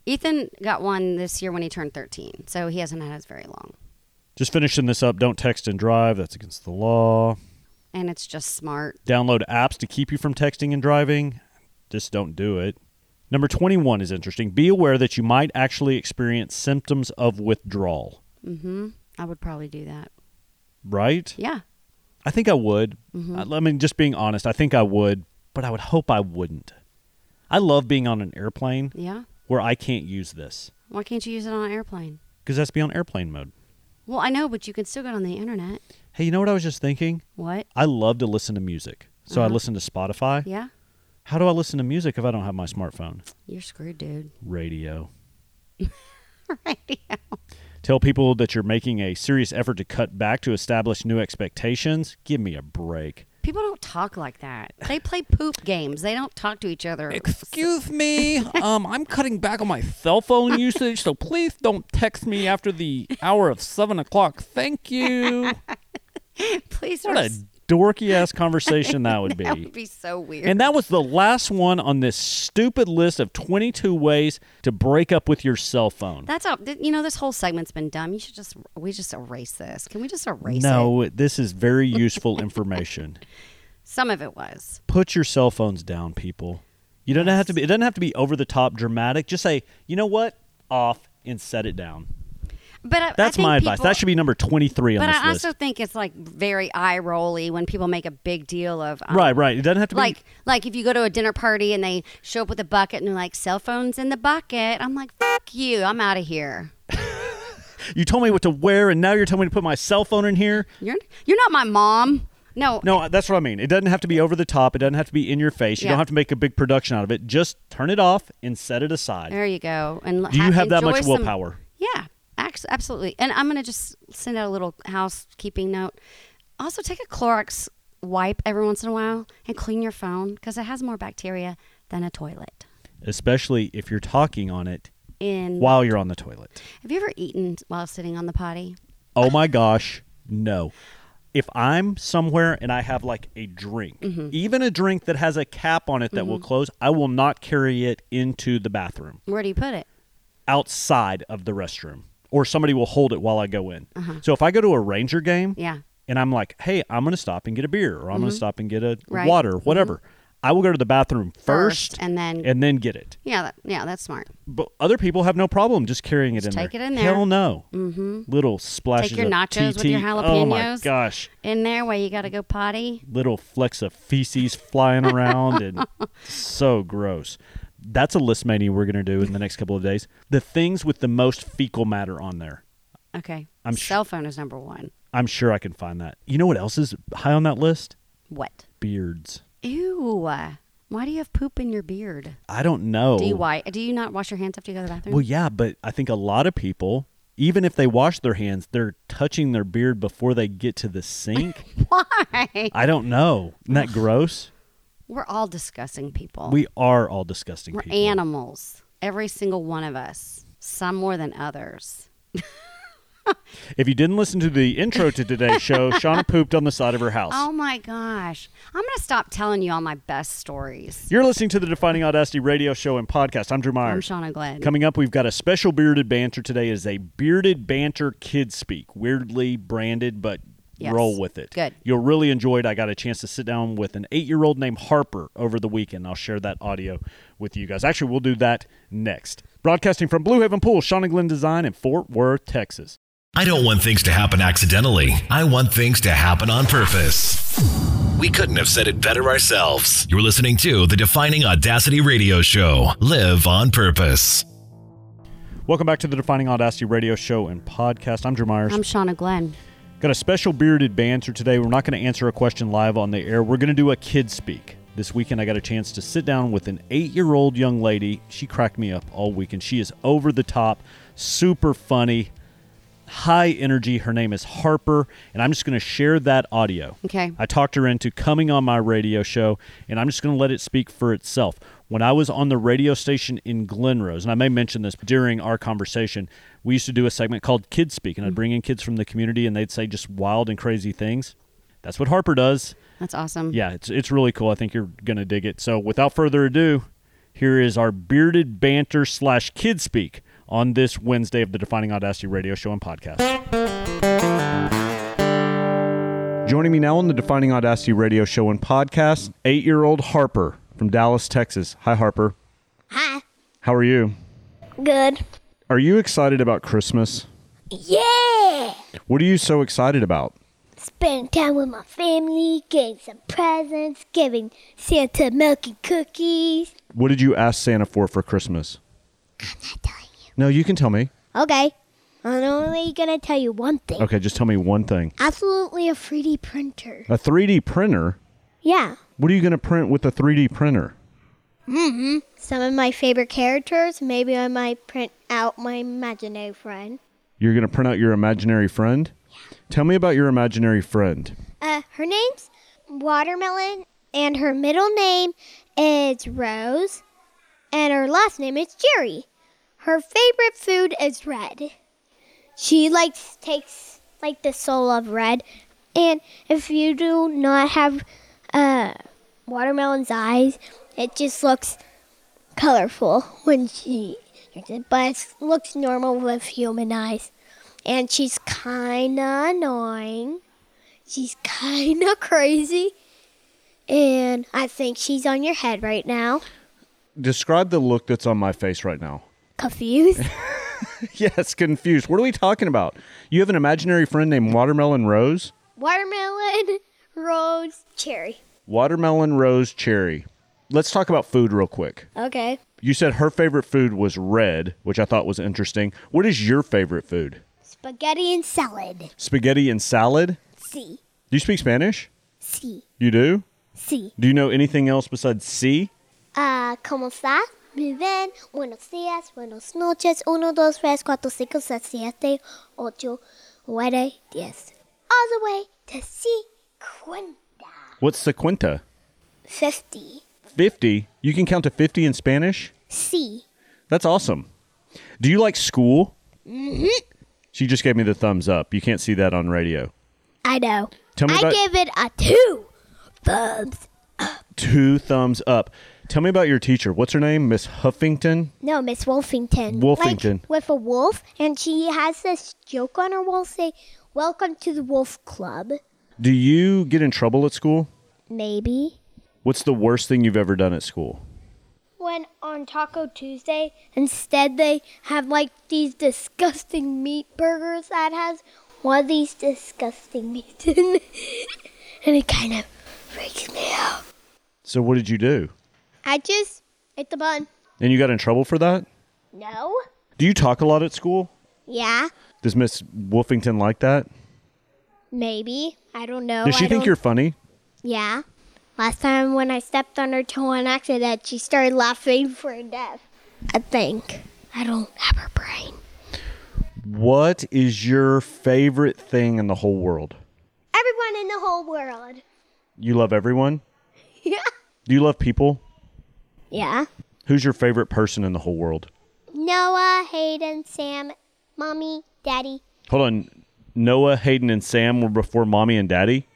Speaker 3: Ethan got one this year when he turned 13, so he hasn't had his very long.
Speaker 2: Just finishing this up. Don't text and drive. That's against the law.
Speaker 3: And it's just smart.
Speaker 2: download apps to keep you from texting and driving. Just don't do it. Number 21 is interesting. Be aware that you might actually experience symptoms of withdrawal,
Speaker 3: Mm-hmm. I would probably do that.
Speaker 2: right?
Speaker 3: Yeah.
Speaker 2: I think I would. I, I mean, just being honest, I think I would, but I would hope I wouldn't. I love being on an airplane
Speaker 3: Yeah.
Speaker 2: where I can't use this
Speaker 3: Why can't you use it on an airplane?
Speaker 2: because that's be on airplane mode.
Speaker 3: Well, I know, but you can still get on the internet.
Speaker 2: Hey, you know what I was just thinking?
Speaker 3: What?
Speaker 2: I love to listen to music. So I listen to Spotify.
Speaker 3: Yeah.
Speaker 2: How do I listen to music if I don't have my smartphone?
Speaker 3: You're screwed, dude.
Speaker 2: Radio.
Speaker 3: Right.
Speaker 2: Tell people that you're making a serious effort to cut back to establish new expectations. Give me a break.
Speaker 3: People don't talk like that. They play poop games. They don't talk to each other.
Speaker 6: Excuse me, um, I'm cutting back on my cell phone usage, so please don't text me after the hour of seven o'clock. Thank you.
Speaker 3: (laughs) Please.
Speaker 2: What a
Speaker 3: res-
Speaker 2: dorky ass conversation that would
Speaker 3: that would
Speaker 2: be.
Speaker 3: (laughs) be so weird.
Speaker 2: And that was the last one on this stupid list of 22 ways to break up with your cell phone.
Speaker 3: That's all. th- You know, this whole segment's been dumb. You should just. We just erase this. Can we just erase it?
Speaker 2: No, this is very useful information.
Speaker 3: Some of it was.
Speaker 2: Put your cell phones down, people. You don't have to be it doesn't have to be over the top dramatic. Just say, "You know what? Off and set it down."
Speaker 3: But I,
Speaker 2: That's
Speaker 3: I think
Speaker 2: my advice.
Speaker 3: people-
Speaker 2: That should be number 23 on
Speaker 3: But
Speaker 2: this
Speaker 3: I
Speaker 2: list.
Speaker 3: also think it's like very eye rolly when people make a big deal of um,
Speaker 2: right, right. It doesn't have to be
Speaker 3: Like, like if you go to a dinner party and they show up with a bucket and they're like, "Cell phones in the bucket," I'm like, "Fuck you! I'm out of here.
Speaker 2: You told me what to wear, and now you're telling me to put my cell phone in here.
Speaker 3: You're you're not my mom. No,
Speaker 2: No, that's what I mean. It doesn't have to be over the top. It doesn't have to be in your face. You
Speaker 3: Yeah.
Speaker 2: don't have to make a big production out of it. Just turn it off and set it aside.
Speaker 3: There you go. And
Speaker 2: Do you have that much
Speaker 3: enjoy some-
Speaker 2: willpower?
Speaker 3: yeah, ax- absolutely. And I'm gonna just send out a little housekeeping note. Also, take a Clorox wipe every once in a while and clean your phone because it has more bacteria than a toilet.
Speaker 2: Especially if you're talking on it
Speaker 3: In
Speaker 2: while you're on the toilet.
Speaker 3: have you ever eaten while sitting on the potty?
Speaker 2: Oh my gosh, no. If I'm somewhere and I have like a drink,
Speaker 3: Mm-hmm.
Speaker 2: even a drink that has a cap on it that will close, I will not carry it into the bathroom.
Speaker 3: Where do you put it?
Speaker 2: outside of the restroom or somebody will hold it while I go in.
Speaker 3: Uh-huh.
Speaker 2: So if I go to a Ranger game
Speaker 3: Yeah.
Speaker 2: and I'm like, hey, I'm going to stop and get a beer or I'm going to stop and get a
Speaker 3: Mm-hmm. Right. Mm-hmm.
Speaker 2: water or whatever, I will go to the bathroom first,
Speaker 3: and then
Speaker 2: and then get it.
Speaker 3: yeah, that, yeah, that's smart.
Speaker 2: But other people have no problem just carrying it
Speaker 3: Just
Speaker 2: in
Speaker 3: take
Speaker 2: there.
Speaker 3: it in there.
Speaker 2: Hell no. Mm-hmm. Little splashes
Speaker 3: your
Speaker 2: of
Speaker 3: nachos with your
Speaker 2: TT. Oh my
Speaker 3: jalapenos.
Speaker 2: gosh.
Speaker 3: In there where you got to go potty.
Speaker 2: Little flecks of feces flying around
Speaker 3: (laughs)
Speaker 2: and so gross. That's a list mania we're going to do in the next couple of days. The things with the most fecal matter on there.
Speaker 3: Okay.
Speaker 2: I'm sh-
Speaker 3: Cell phone is number one.
Speaker 2: I'm sure I can find that. You know what else is high on that list?
Speaker 3: What?
Speaker 2: Beards.
Speaker 3: Ew. Why do you have poop in your beard?
Speaker 2: I don't know.
Speaker 3: Do you why? Do you not wash your hands after you go to the bathroom?
Speaker 2: Well, yeah, but I think a lot of people, even if they wash their hands, they're touching their beard before they get to the sink.
Speaker 3: (laughs) Why?
Speaker 2: I don't know. Isn't that gross?
Speaker 3: We're all disgusting people.
Speaker 2: We are all disgusting
Speaker 3: are
Speaker 2: people.
Speaker 3: animals. Every single one of us. Some more than others.
Speaker 2: If you didn't listen to the intro to today's
Speaker 3: (laughs)
Speaker 2: show, Shauna pooped on the side of her house.
Speaker 3: Oh my gosh. I'm going to stop telling you all my best stories.
Speaker 2: You're listening to the Defining Audacity radio show and podcast. I'm Drew
Speaker 3: I'm
Speaker 2: Myers.
Speaker 3: Shauna Glenn.
Speaker 2: Coming up, we've got a special bearded banter today. It Is a bearded banter kid speak, weirdly branded, but
Speaker 3: Yes.
Speaker 2: roll with it.
Speaker 3: Good.
Speaker 2: You'll really enjoy it. I got a chance to sit down with an eight year old named Harper over the weekend. I'll share that audio with you guys. Actually, we'll do that next. Broadcasting from Blue Haven Pool, Sean and Glenn Design in Fort Worth, Texas.
Speaker 1: I don't want things to happen accidentally. I want things to happen on purpose. We couldn't have said it better ourselves. You're listening to the Defining Audacity Radio Show. Live on purpose.
Speaker 2: Welcome back to the Defining Audacity radio show and podcast. I'm Drew Myers.
Speaker 3: I'm Shauna Glenn.
Speaker 2: Got a special bearded banter today. We're not going to answer a question live on the air. We're going to do a kid speak. This weekend, I got a chance to sit down with an eight year old young lady. She cracked me up all weekend. She is over the top, super funny, high energy. Her name is Harper, and I'm just going to share that audio.
Speaker 3: Okay.
Speaker 2: I talked her into coming on my radio show, and I'm just going to let it speak for itself. When I was on the radio station in Glenrose, and I may mention this during our conversation, we used to do a segment called Kids Speak, and I'd bring in kids from the community, and they'd say just wild and crazy things. That's what Harper does.
Speaker 3: That's awesome.
Speaker 2: Yeah, it's it's really cool. I think you're gonna dig it. So without further ado, here is our bearded banter slash kid speak on this Wednesday of the Defining Audacity Radio Show and Podcast. Joining me now on the Defining Audacity Radio Show and Podcast, eight year old Harper from Dallas, Texas. Hi Harper.
Speaker 7: Hi.
Speaker 2: How are you?
Speaker 7: Good.
Speaker 2: Are you excited about Christmas?
Speaker 7: Yeah.
Speaker 2: What are you so excited about?
Speaker 7: Spending time with my family, getting some presents, giving Santa milk and cookies.
Speaker 2: What did you ask Santa for for Christmas? No, you can tell me.
Speaker 7: Okay. I'm only gonna tell you one thing.
Speaker 2: Okay, just tell me one thing.
Speaker 7: Absolutely a 3D printer.
Speaker 2: A 3D printer?
Speaker 7: Yeah.
Speaker 2: What are you going to print with a 3D printer?
Speaker 7: Some of my favorite characters. Maybe I might print out my imaginary friend.
Speaker 2: You're going to print out your imaginary friend? Tell me about your imaginary friend.
Speaker 7: Uh, her name's Watermelon, and her middle name is Rose, and her last name is Jerry. Her favorite food is red. She likes takes like the soul of red, and if you do not have uh, watermelon's eyes, it just looks colorful when she, but it looks normal with human eyes. And she's kinda annoying. She's (laughs) kind of crazy. And I think she's on your head right now.
Speaker 2: Describe the look that's on my face right now. (laughs)
Speaker 7: Confused?
Speaker 2: yes, confused. What are we talking about? You have an imaginary friend named Watermelon Rose?
Speaker 7: Watermelon, rose, cherry.
Speaker 2: Watermelon Rose Cherry. Let's talk about food real quick.
Speaker 7: Okay.
Speaker 2: You said her favorite food was red, which I thought was interesting. What is your favorite food?
Speaker 7: Spaghetti and salad.
Speaker 2: Spaghetti and salad?
Speaker 7: C.
Speaker 2: Do you speak Spanish?
Speaker 7: C.
Speaker 2: You do?
Speaker 7: C.
Speaker 2: Do you know anything else besides C?
Speaker 7: Uh, ¿cómo está? Muy bien. Buenos días, buenas noches. Uno, dos, tres, cuatro, cinco, seis, siete, ocho, nueve, diez. All the way to C. Cuenta.
Speaker 2: What's the quinta?
Speaker 7: 50.
Speaker 2: 50 you can count to 50 in spanish
Speaker 7: C.
Speaker 2: that's awesome do you like school
Speaker 7: Mm-hmm.
Speaker 2: she just gave me the thumbs up you can't see that on radio
Speaker 7: I know.
Speaker 2: Tell me
Speaker 7: I
Speaker 2: about-
Speaker 7: give it a two thumbs.
Speaker 2: two thumbs up tell me about your teacher what's her name miss huffington
Speaker 7: No, Miss Wolfington.
Speaker 2: Wolfington.
Speaker 7: Like with a wolf, and she has this joke on her wall saying, Welcome to the Wolf Club.
Speaker 2: do you get in trouble at school
Speaker 7: Maybe.
Speaker 2: what's the worst thing you've ever done at school
Speaker 7: When on Taco Tuesday, instead they have like these disgusting meat burgers that has one of these disgusting meats in it. (laughs) and it kind of freaks me out.
Speaker 2: so what did you do
Speaker 7: I just ate the bun.
Speaker 2: and you got in trouble for that
Speaker 7: No?
Speaker 2: do you talk a lot at school
Speaker 7: Yeah?
Speaker 2: does miss wolfington like that
Speaker 7: Maybe. I don't know.
Speaker 2: does she
Speaker 7: I
Speaker 2: think
Speaker 7: don't-
Speaker 2: you're funny
Speaker 7: Yeah. Last time when I stepped on her toe on accident, she started laughing for her death. I think. I don't have her brain.
Speaker 2: what is your favorite thing in the whole world
Speaker 7: Everyone in the whole world. (laughs)
Speaker 2: you love everyone
Speaker 7: Yeah.
Speaker 2: do you love people
Speaker 7: Yeah.
Speaker 2: Who's your favorite person in the whole world?
Speaker 7: Noah, Hayden, Sam, Mommy, Daddy,
Speaker 2: Hold on. Noah, Hayden, and Sam were before mommy and daddy.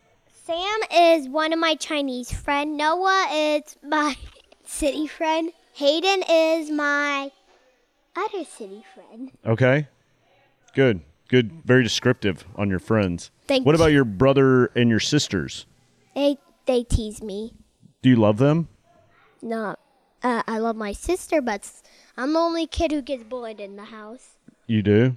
Speaker 7: Sam is one of my Chinese friend. Noah is my (laughs) city friend. Hayden is my other city friend.
Speaker 2: Okay. Good. Good. Very descriptive on your friends.
Speaker 7: Thank
Speaker 2: What
Speaker 7: you.
Speaker 2: about your brother and your sisters?
Speaker 7: They they tease me.
Speaker 2: Do you love them?
Speaker 7: No, uh, I love my sister, but s- I'm the only kid who gets bullied in the house.
Speaker 2: You do?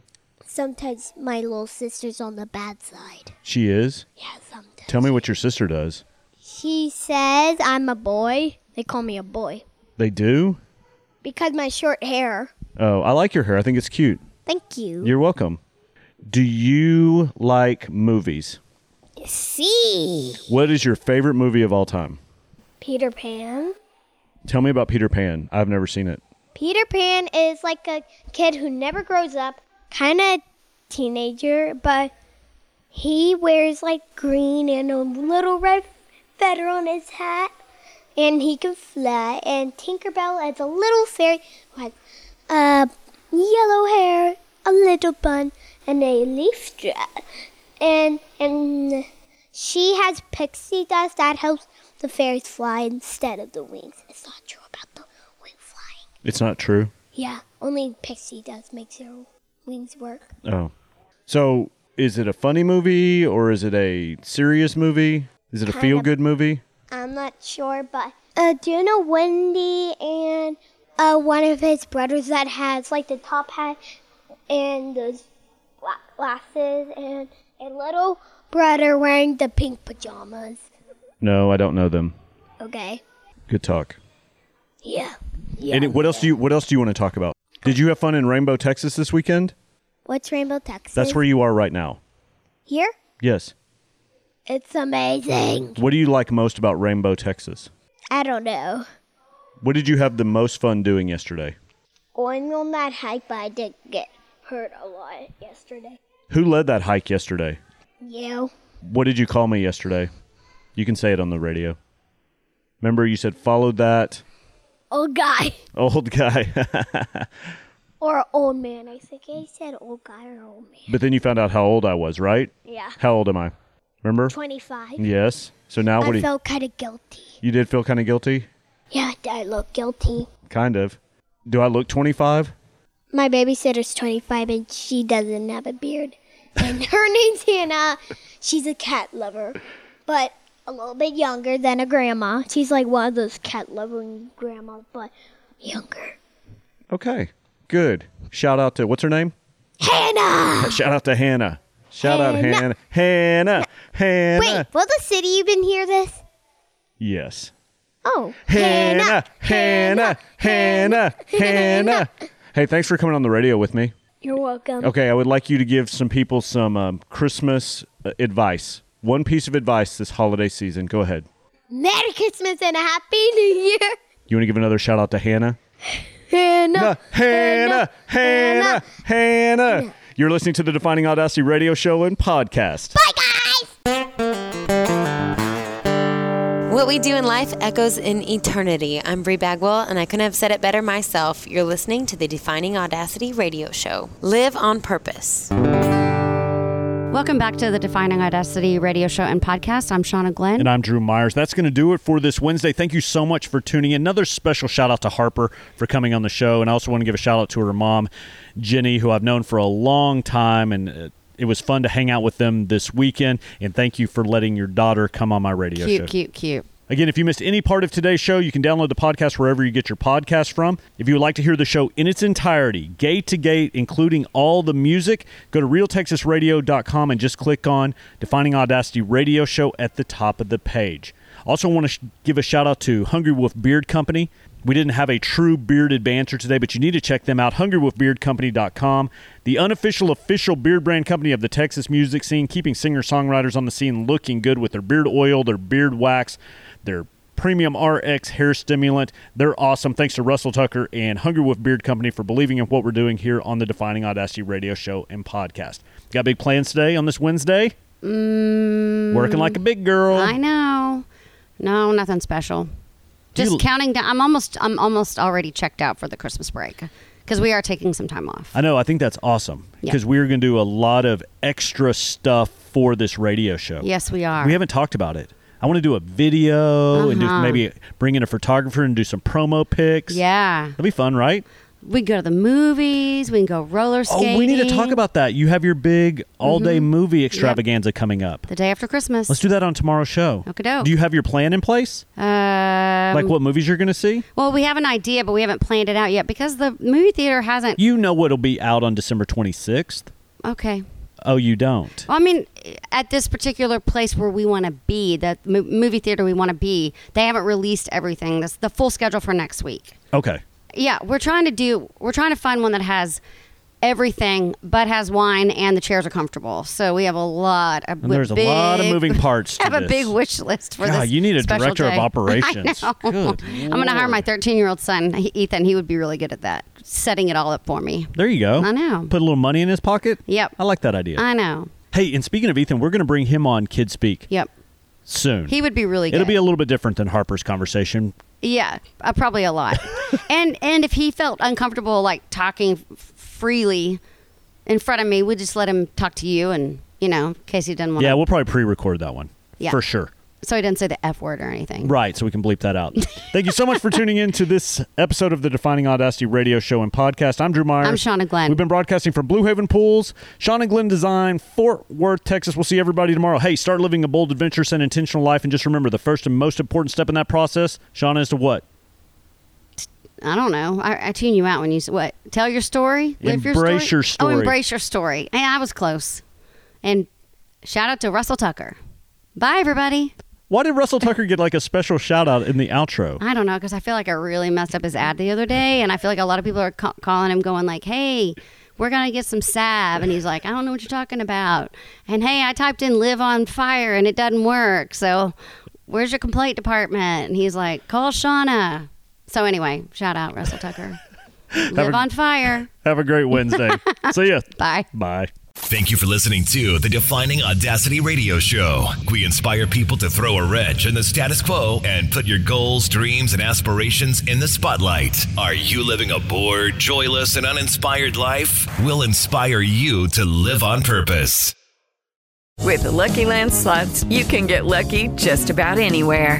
Speaker 7: Sometimes my little sister's on the bad side.
Speaker 2: She is?
Speaker 7: Yeah, sometimes.
Speaker 2: Tell me what your sister does.
Speaker 7: She says I'm a boy. They call me a boy
Speaker 2: They do?
Speaker 7: because my short hair.
Speaker 2: Oh, I like your hair. I think it's cute.
Speaker 7: Thank you.
Speaker 2: You're welcome. Do you like movies?
Speaker 7: See,
Speaker 2: What is your favorite movie of all time?
Speaker 7: Peter Pan.
Speaker 2: Tell me about Peter Pan. I've never seen it.
Speaker 7: Peter Pan is like a kid who never grows up, kind of teenager, but he wears like green and a little red feather on his hat, and he can fly. And Tinkerbell is a little fairy who has uh, yellow hair, a little bun, and a leaf dress, and and she has pixie dust that helps the fairies fly instead of the wings. It's not true about the wing flying.
Speaker 2: It's not true.
Speaker 7: Yeah, only Pixie does makes her wings work.
Speaker 2: Oh. So, is it a funny movie or is it a serious movie? Is it a
Speaker 7: Kind of.
Speaker 2: feel good movie?
Speaker 7: I'm not sure, but uh, do you know Wendy and uh, one of his brothers that has like the top hat and those black glasses and a little brother wearing the pink pajamas?
Speaker 2: No, I don't know them.
Speaker 7: Okay.
Speaker 2: Good talk.
Speaker 7: Yeah.
Speaker 2: and it- what else do you what else do you want to talk about? Did you have fun in Rainbow, Texas this weekend?
Speaker 7: What's Rainbow Texas?
Speaker 2: That's where you are right now.
Speaker 7: Here?
Speaker 2: Yes.
Speaker 7: It's amazing.
Speaker 2: What do you like most about Rainbow, Texas?
Speaker 7: I don't know.
Speaker 2: What did you have the most fun doing yesterday?
Speaker 7: Going on that hike, but I did get hurt a lot yesterday.
Speaker 2: Who led that hike yesterday?
Speaker 7: You.
Speaker 2: What did you call me yesterday? You can say it on the radio. Remember you said followed that
Speaker 7: Old guy.
Speaker 2: old guy. (laughs)
Speaker 7: Or old man. I think I said old guy or old man.
Speaker 2: but then you found out how old I was, right?
Speaker 7: Yeah.
Speaker 2: How old am I? Remember?
Speaker 7: 25.
Speaker 2: Yes. So now what do
Speaker 7: I
Speaker 2: you
Speaker 7: felt kind of guilty.
Speaker 2: you did feel kind of guilty?
Speaker 7: Yeah, I look guilty.
Speaker 2: Kind of. Do I look 25?
Speaker 7: My babysitter's 25 and she doesn't have a beard. And (laughs) her name's Hannah. She's a cat lover, but a little bit younger than a grandma. She's like one of those cat loving grandmas, but younger.
Speaker 2: Okay. Good. Shout out to what's her name? Hannah. Shout out to Hannah. Shout out
Speaker 7: Hannah.
Speaker 2: Hannah. Hannah. Hannah.
Speaker 7: Wait, will the city you've been hear this?
Speaker 2: Yes.
Speaker 7: Oh.
Speaker 2: Hannah. Hannah. Hannah. Hannah. Hey, thanks for coming on the radio with me.
Speaker 7: You're welcome.
Speaker 2: Okay, I would like you to give some people some um, Christmas uh, advice. One piece of advice this holiday season. Go ahead.
Speaker 7: Merry Christmas and a Happy New Year.
Speaker 2: You want to give another shout out to Hannah?
Speaker 7: Hannah.
Speaker 2: Hannah, Hannah, Hannah. You're listening to the Defining Audacity radio show and podcast.
Speaker 7: Bye, guys.
Speaker 8: What we do in life echoes in eternity. I'm Brie Bagwell, and I couldn't have said it better myself. You're listening to the Defining Audacity radio show. Live on purpose.
Speaker 3: Welcome back to the Defining Audacity radio show and podcast. I'm Shauna Glenn.
Speaker 2: And I'm Drew Myers. That's going to do it for this Wednesday. Thank you so much for tuning in. Another special shout out to Harper for coming on the show. And I also want to give a shout out to her mom, Jenny, who I've known for a long time. And uh, it was fun to hang out with them this weekend. And thank you for letting your daughter come on my radio show.
Speaker 3: cute, cute, cute.
Speaker 2: Again, if you missed any part of today's show, you can download the podcast wherever you get your podcast from. If you would like to hear the show in its entirety, gate to gate, including all the music, go to realtexasradio.com and just click on Defining Audacity Radio Show at the top of the page. Also, want to sh- give a shout out to Hungry Wolf Beard Company. We didn't have a true bearded banter today, but you need to check them out. HungryWolfBeardCompany.com, the unofficial, official beard brand company of the Texas music scene, keeping singer songwriters on the scene looking good with their beard oil, their beard wax, their premium RX hair stimulant. They're awesome. Thanks to Russell Tucker and Hungry Wolf Beard Company for believing in what we're doing here on the Defining Audacity radio show and podcast. Got big plans today on this Wednesday? Working like a big girl.
Speaker 3: Mm. I know. No, nothing special.
Speaker 2: Do you-
Speaker 3: Just counting down. I'm almost. I'm almost already checked out for the Christmas break because we are taking some time off.
Speaker 2: I know. I think that's awesome
Speaker 3: Yeah.
Speaker 2: because we're going to do a lot of extra stuff for this radio show.
Speaker 3: Yes, we are.
Speaker 2: We haven't talked about it. I want to do a video and do,
Speaker 3: Uh-huh.
Speaker 2: maybe bring in a photographer and do some promo pics.
Speaker 3: yeah,
Speaker 2: That'd be fun, right?
Speaker 3: we go to the movies. We can go roller skating. Mm-hmm.
Speaker 2: Oh, we need to talk about that. You have your big all day movie extravaganza coming up.
Speaker 3: the day after Christmas.
Speaker 2: Let's do that on tomorrow's show.
Speaker 3: Okey-doke.
Speaker 2: Do you have your plan in place?
Speaker 3: Um,
Speaker 2: like what movies you're going to see?
Speaker 3: well, we have an idea, but we haven't planned it out yet because the movie theater hasn't.
Speaker 2: You know what'll be out on December 26th.
Speaker 3: okay.
Speaker 2: Oh, you don't.
Speaker 3: Well, I mean, at this particular place where we want to be, the mo- movie theater we want to be, they haven't released everything. That's the full schedule for next week.
Speaker 2: Okay.
Speaker 3: Yeah, we're trying to do. We're trying to find one that has everything, but has wine and the chairs are comfortable. So we have a lot. Of,
Speaker 2: And there's a lot of
Speaker 3: big-
Speaker 2: moving
Speaker 3: (laughs)
Speaker 2: parts to
Speaker 3: have a
Speaker 2: this.
Speaker 3: big wish list for
Speaker 2: God,
Speaker 3: this.
Speaker 2: you need a
Speaker 3: special
Speaker 2: director of
Speaker 3: day. (laughs)
Speaker 2: operations.
Speaker 3: I know.
Speaker 2: Good
Speaker 3: I'm going to hire my 13 year old son, he- Ethan. He would be really good at that, setting it all up for me.
Speaker 2: There you go.
Speaker 3: I know.
Speaker 2: Put a little money in his pocket.
Speaker 3: Yep.
Speaker 2: I like that idea.
Speaker 3: I know.
Speaker 2: hey, and speaking of Ethan, we're going to bring him on Kid Speak
Speaker 3: Yep.
Speaker 2: soon.
Speaker 3: He would be really good.
Speaker 2: It'll be a little bit different than Harper's conversation.
Speaker 3: Yeah, uh, probably
Speaker 2: (laughs)
Speaker 3: a lot. and and if he felt uncomfortable like talking f- freely in front of me, we just let him talk to you, and you know, in case he doesn't want.
Speaker 2: Yeah, we'll probably pre-record that one.
Speaker 3: Yeah.
Speaker 2: For sure.
Speaker 3: So he doesn't say the f word or anything.
Speaker 2: Right, so we can bleep that out. Thank you so much
Speaker 3: (laughs)
Speaker 2: for tuning in to this episode of the Defining Audacity radio show and podcast. I'm Drew Myers.
Speaker 3: I'm Shauna Glenn.
Speaker 2: We've been broadcasting from Blue Haven Pools, Shauna Glenn Design, Fort Worth, Texas. We'll see everybody tomorrow. Hey, start living a bold, adventurous, and intentional life. And just remember the first and most important step in that process, Shauna, is to what?
Speaker 3: I don't know. I, I tune you out when you s- what? Tell your story. Live your
Speaker 2: Embrace
Speaker 3: story.
Speaker 2: your
Speaker 3: Oh,
Speaker 2: story.
Speaker 3: embrace your story. And I was close. And shout out to Russell Tucker. Bye, everybody.
Speaker 2: Why did Russell Tucker get like a special shout out in the outro?
Speaker 3: I don't know because I feel like I really messed up his ad the other day, and I feel like a lot of people are ca- calling him, going like, "Hey, we're gonna get some salve," and he's like, "I don't know what you're talking about," and "Hey, I typed in live on fire and it doesn't work, so where's your complaint department?" And he's like, "Call Shauna." So anyway, shout out Russell Tucker. live
Speaker 2: a-
Speaker 3: on fire.
Speaker 2: Have a great
Speaker 3: (laughs)
Speaker 2: Wednesday. see ya.
Speaker 3: Bye.
Speaker 2: Bye.
Speaker 1: Thank you for listening to the Defining Audacity Radio Show. We inspire people to throw a wrench in the status quo and put your goals, dreams, and aspirations in the spotlight. Are you living a bored, joyless, and uninspired life? We'll inspire you to live on purpose.
Speaker 9: With the Lucky Land slots, you can get lucky just about anywhere.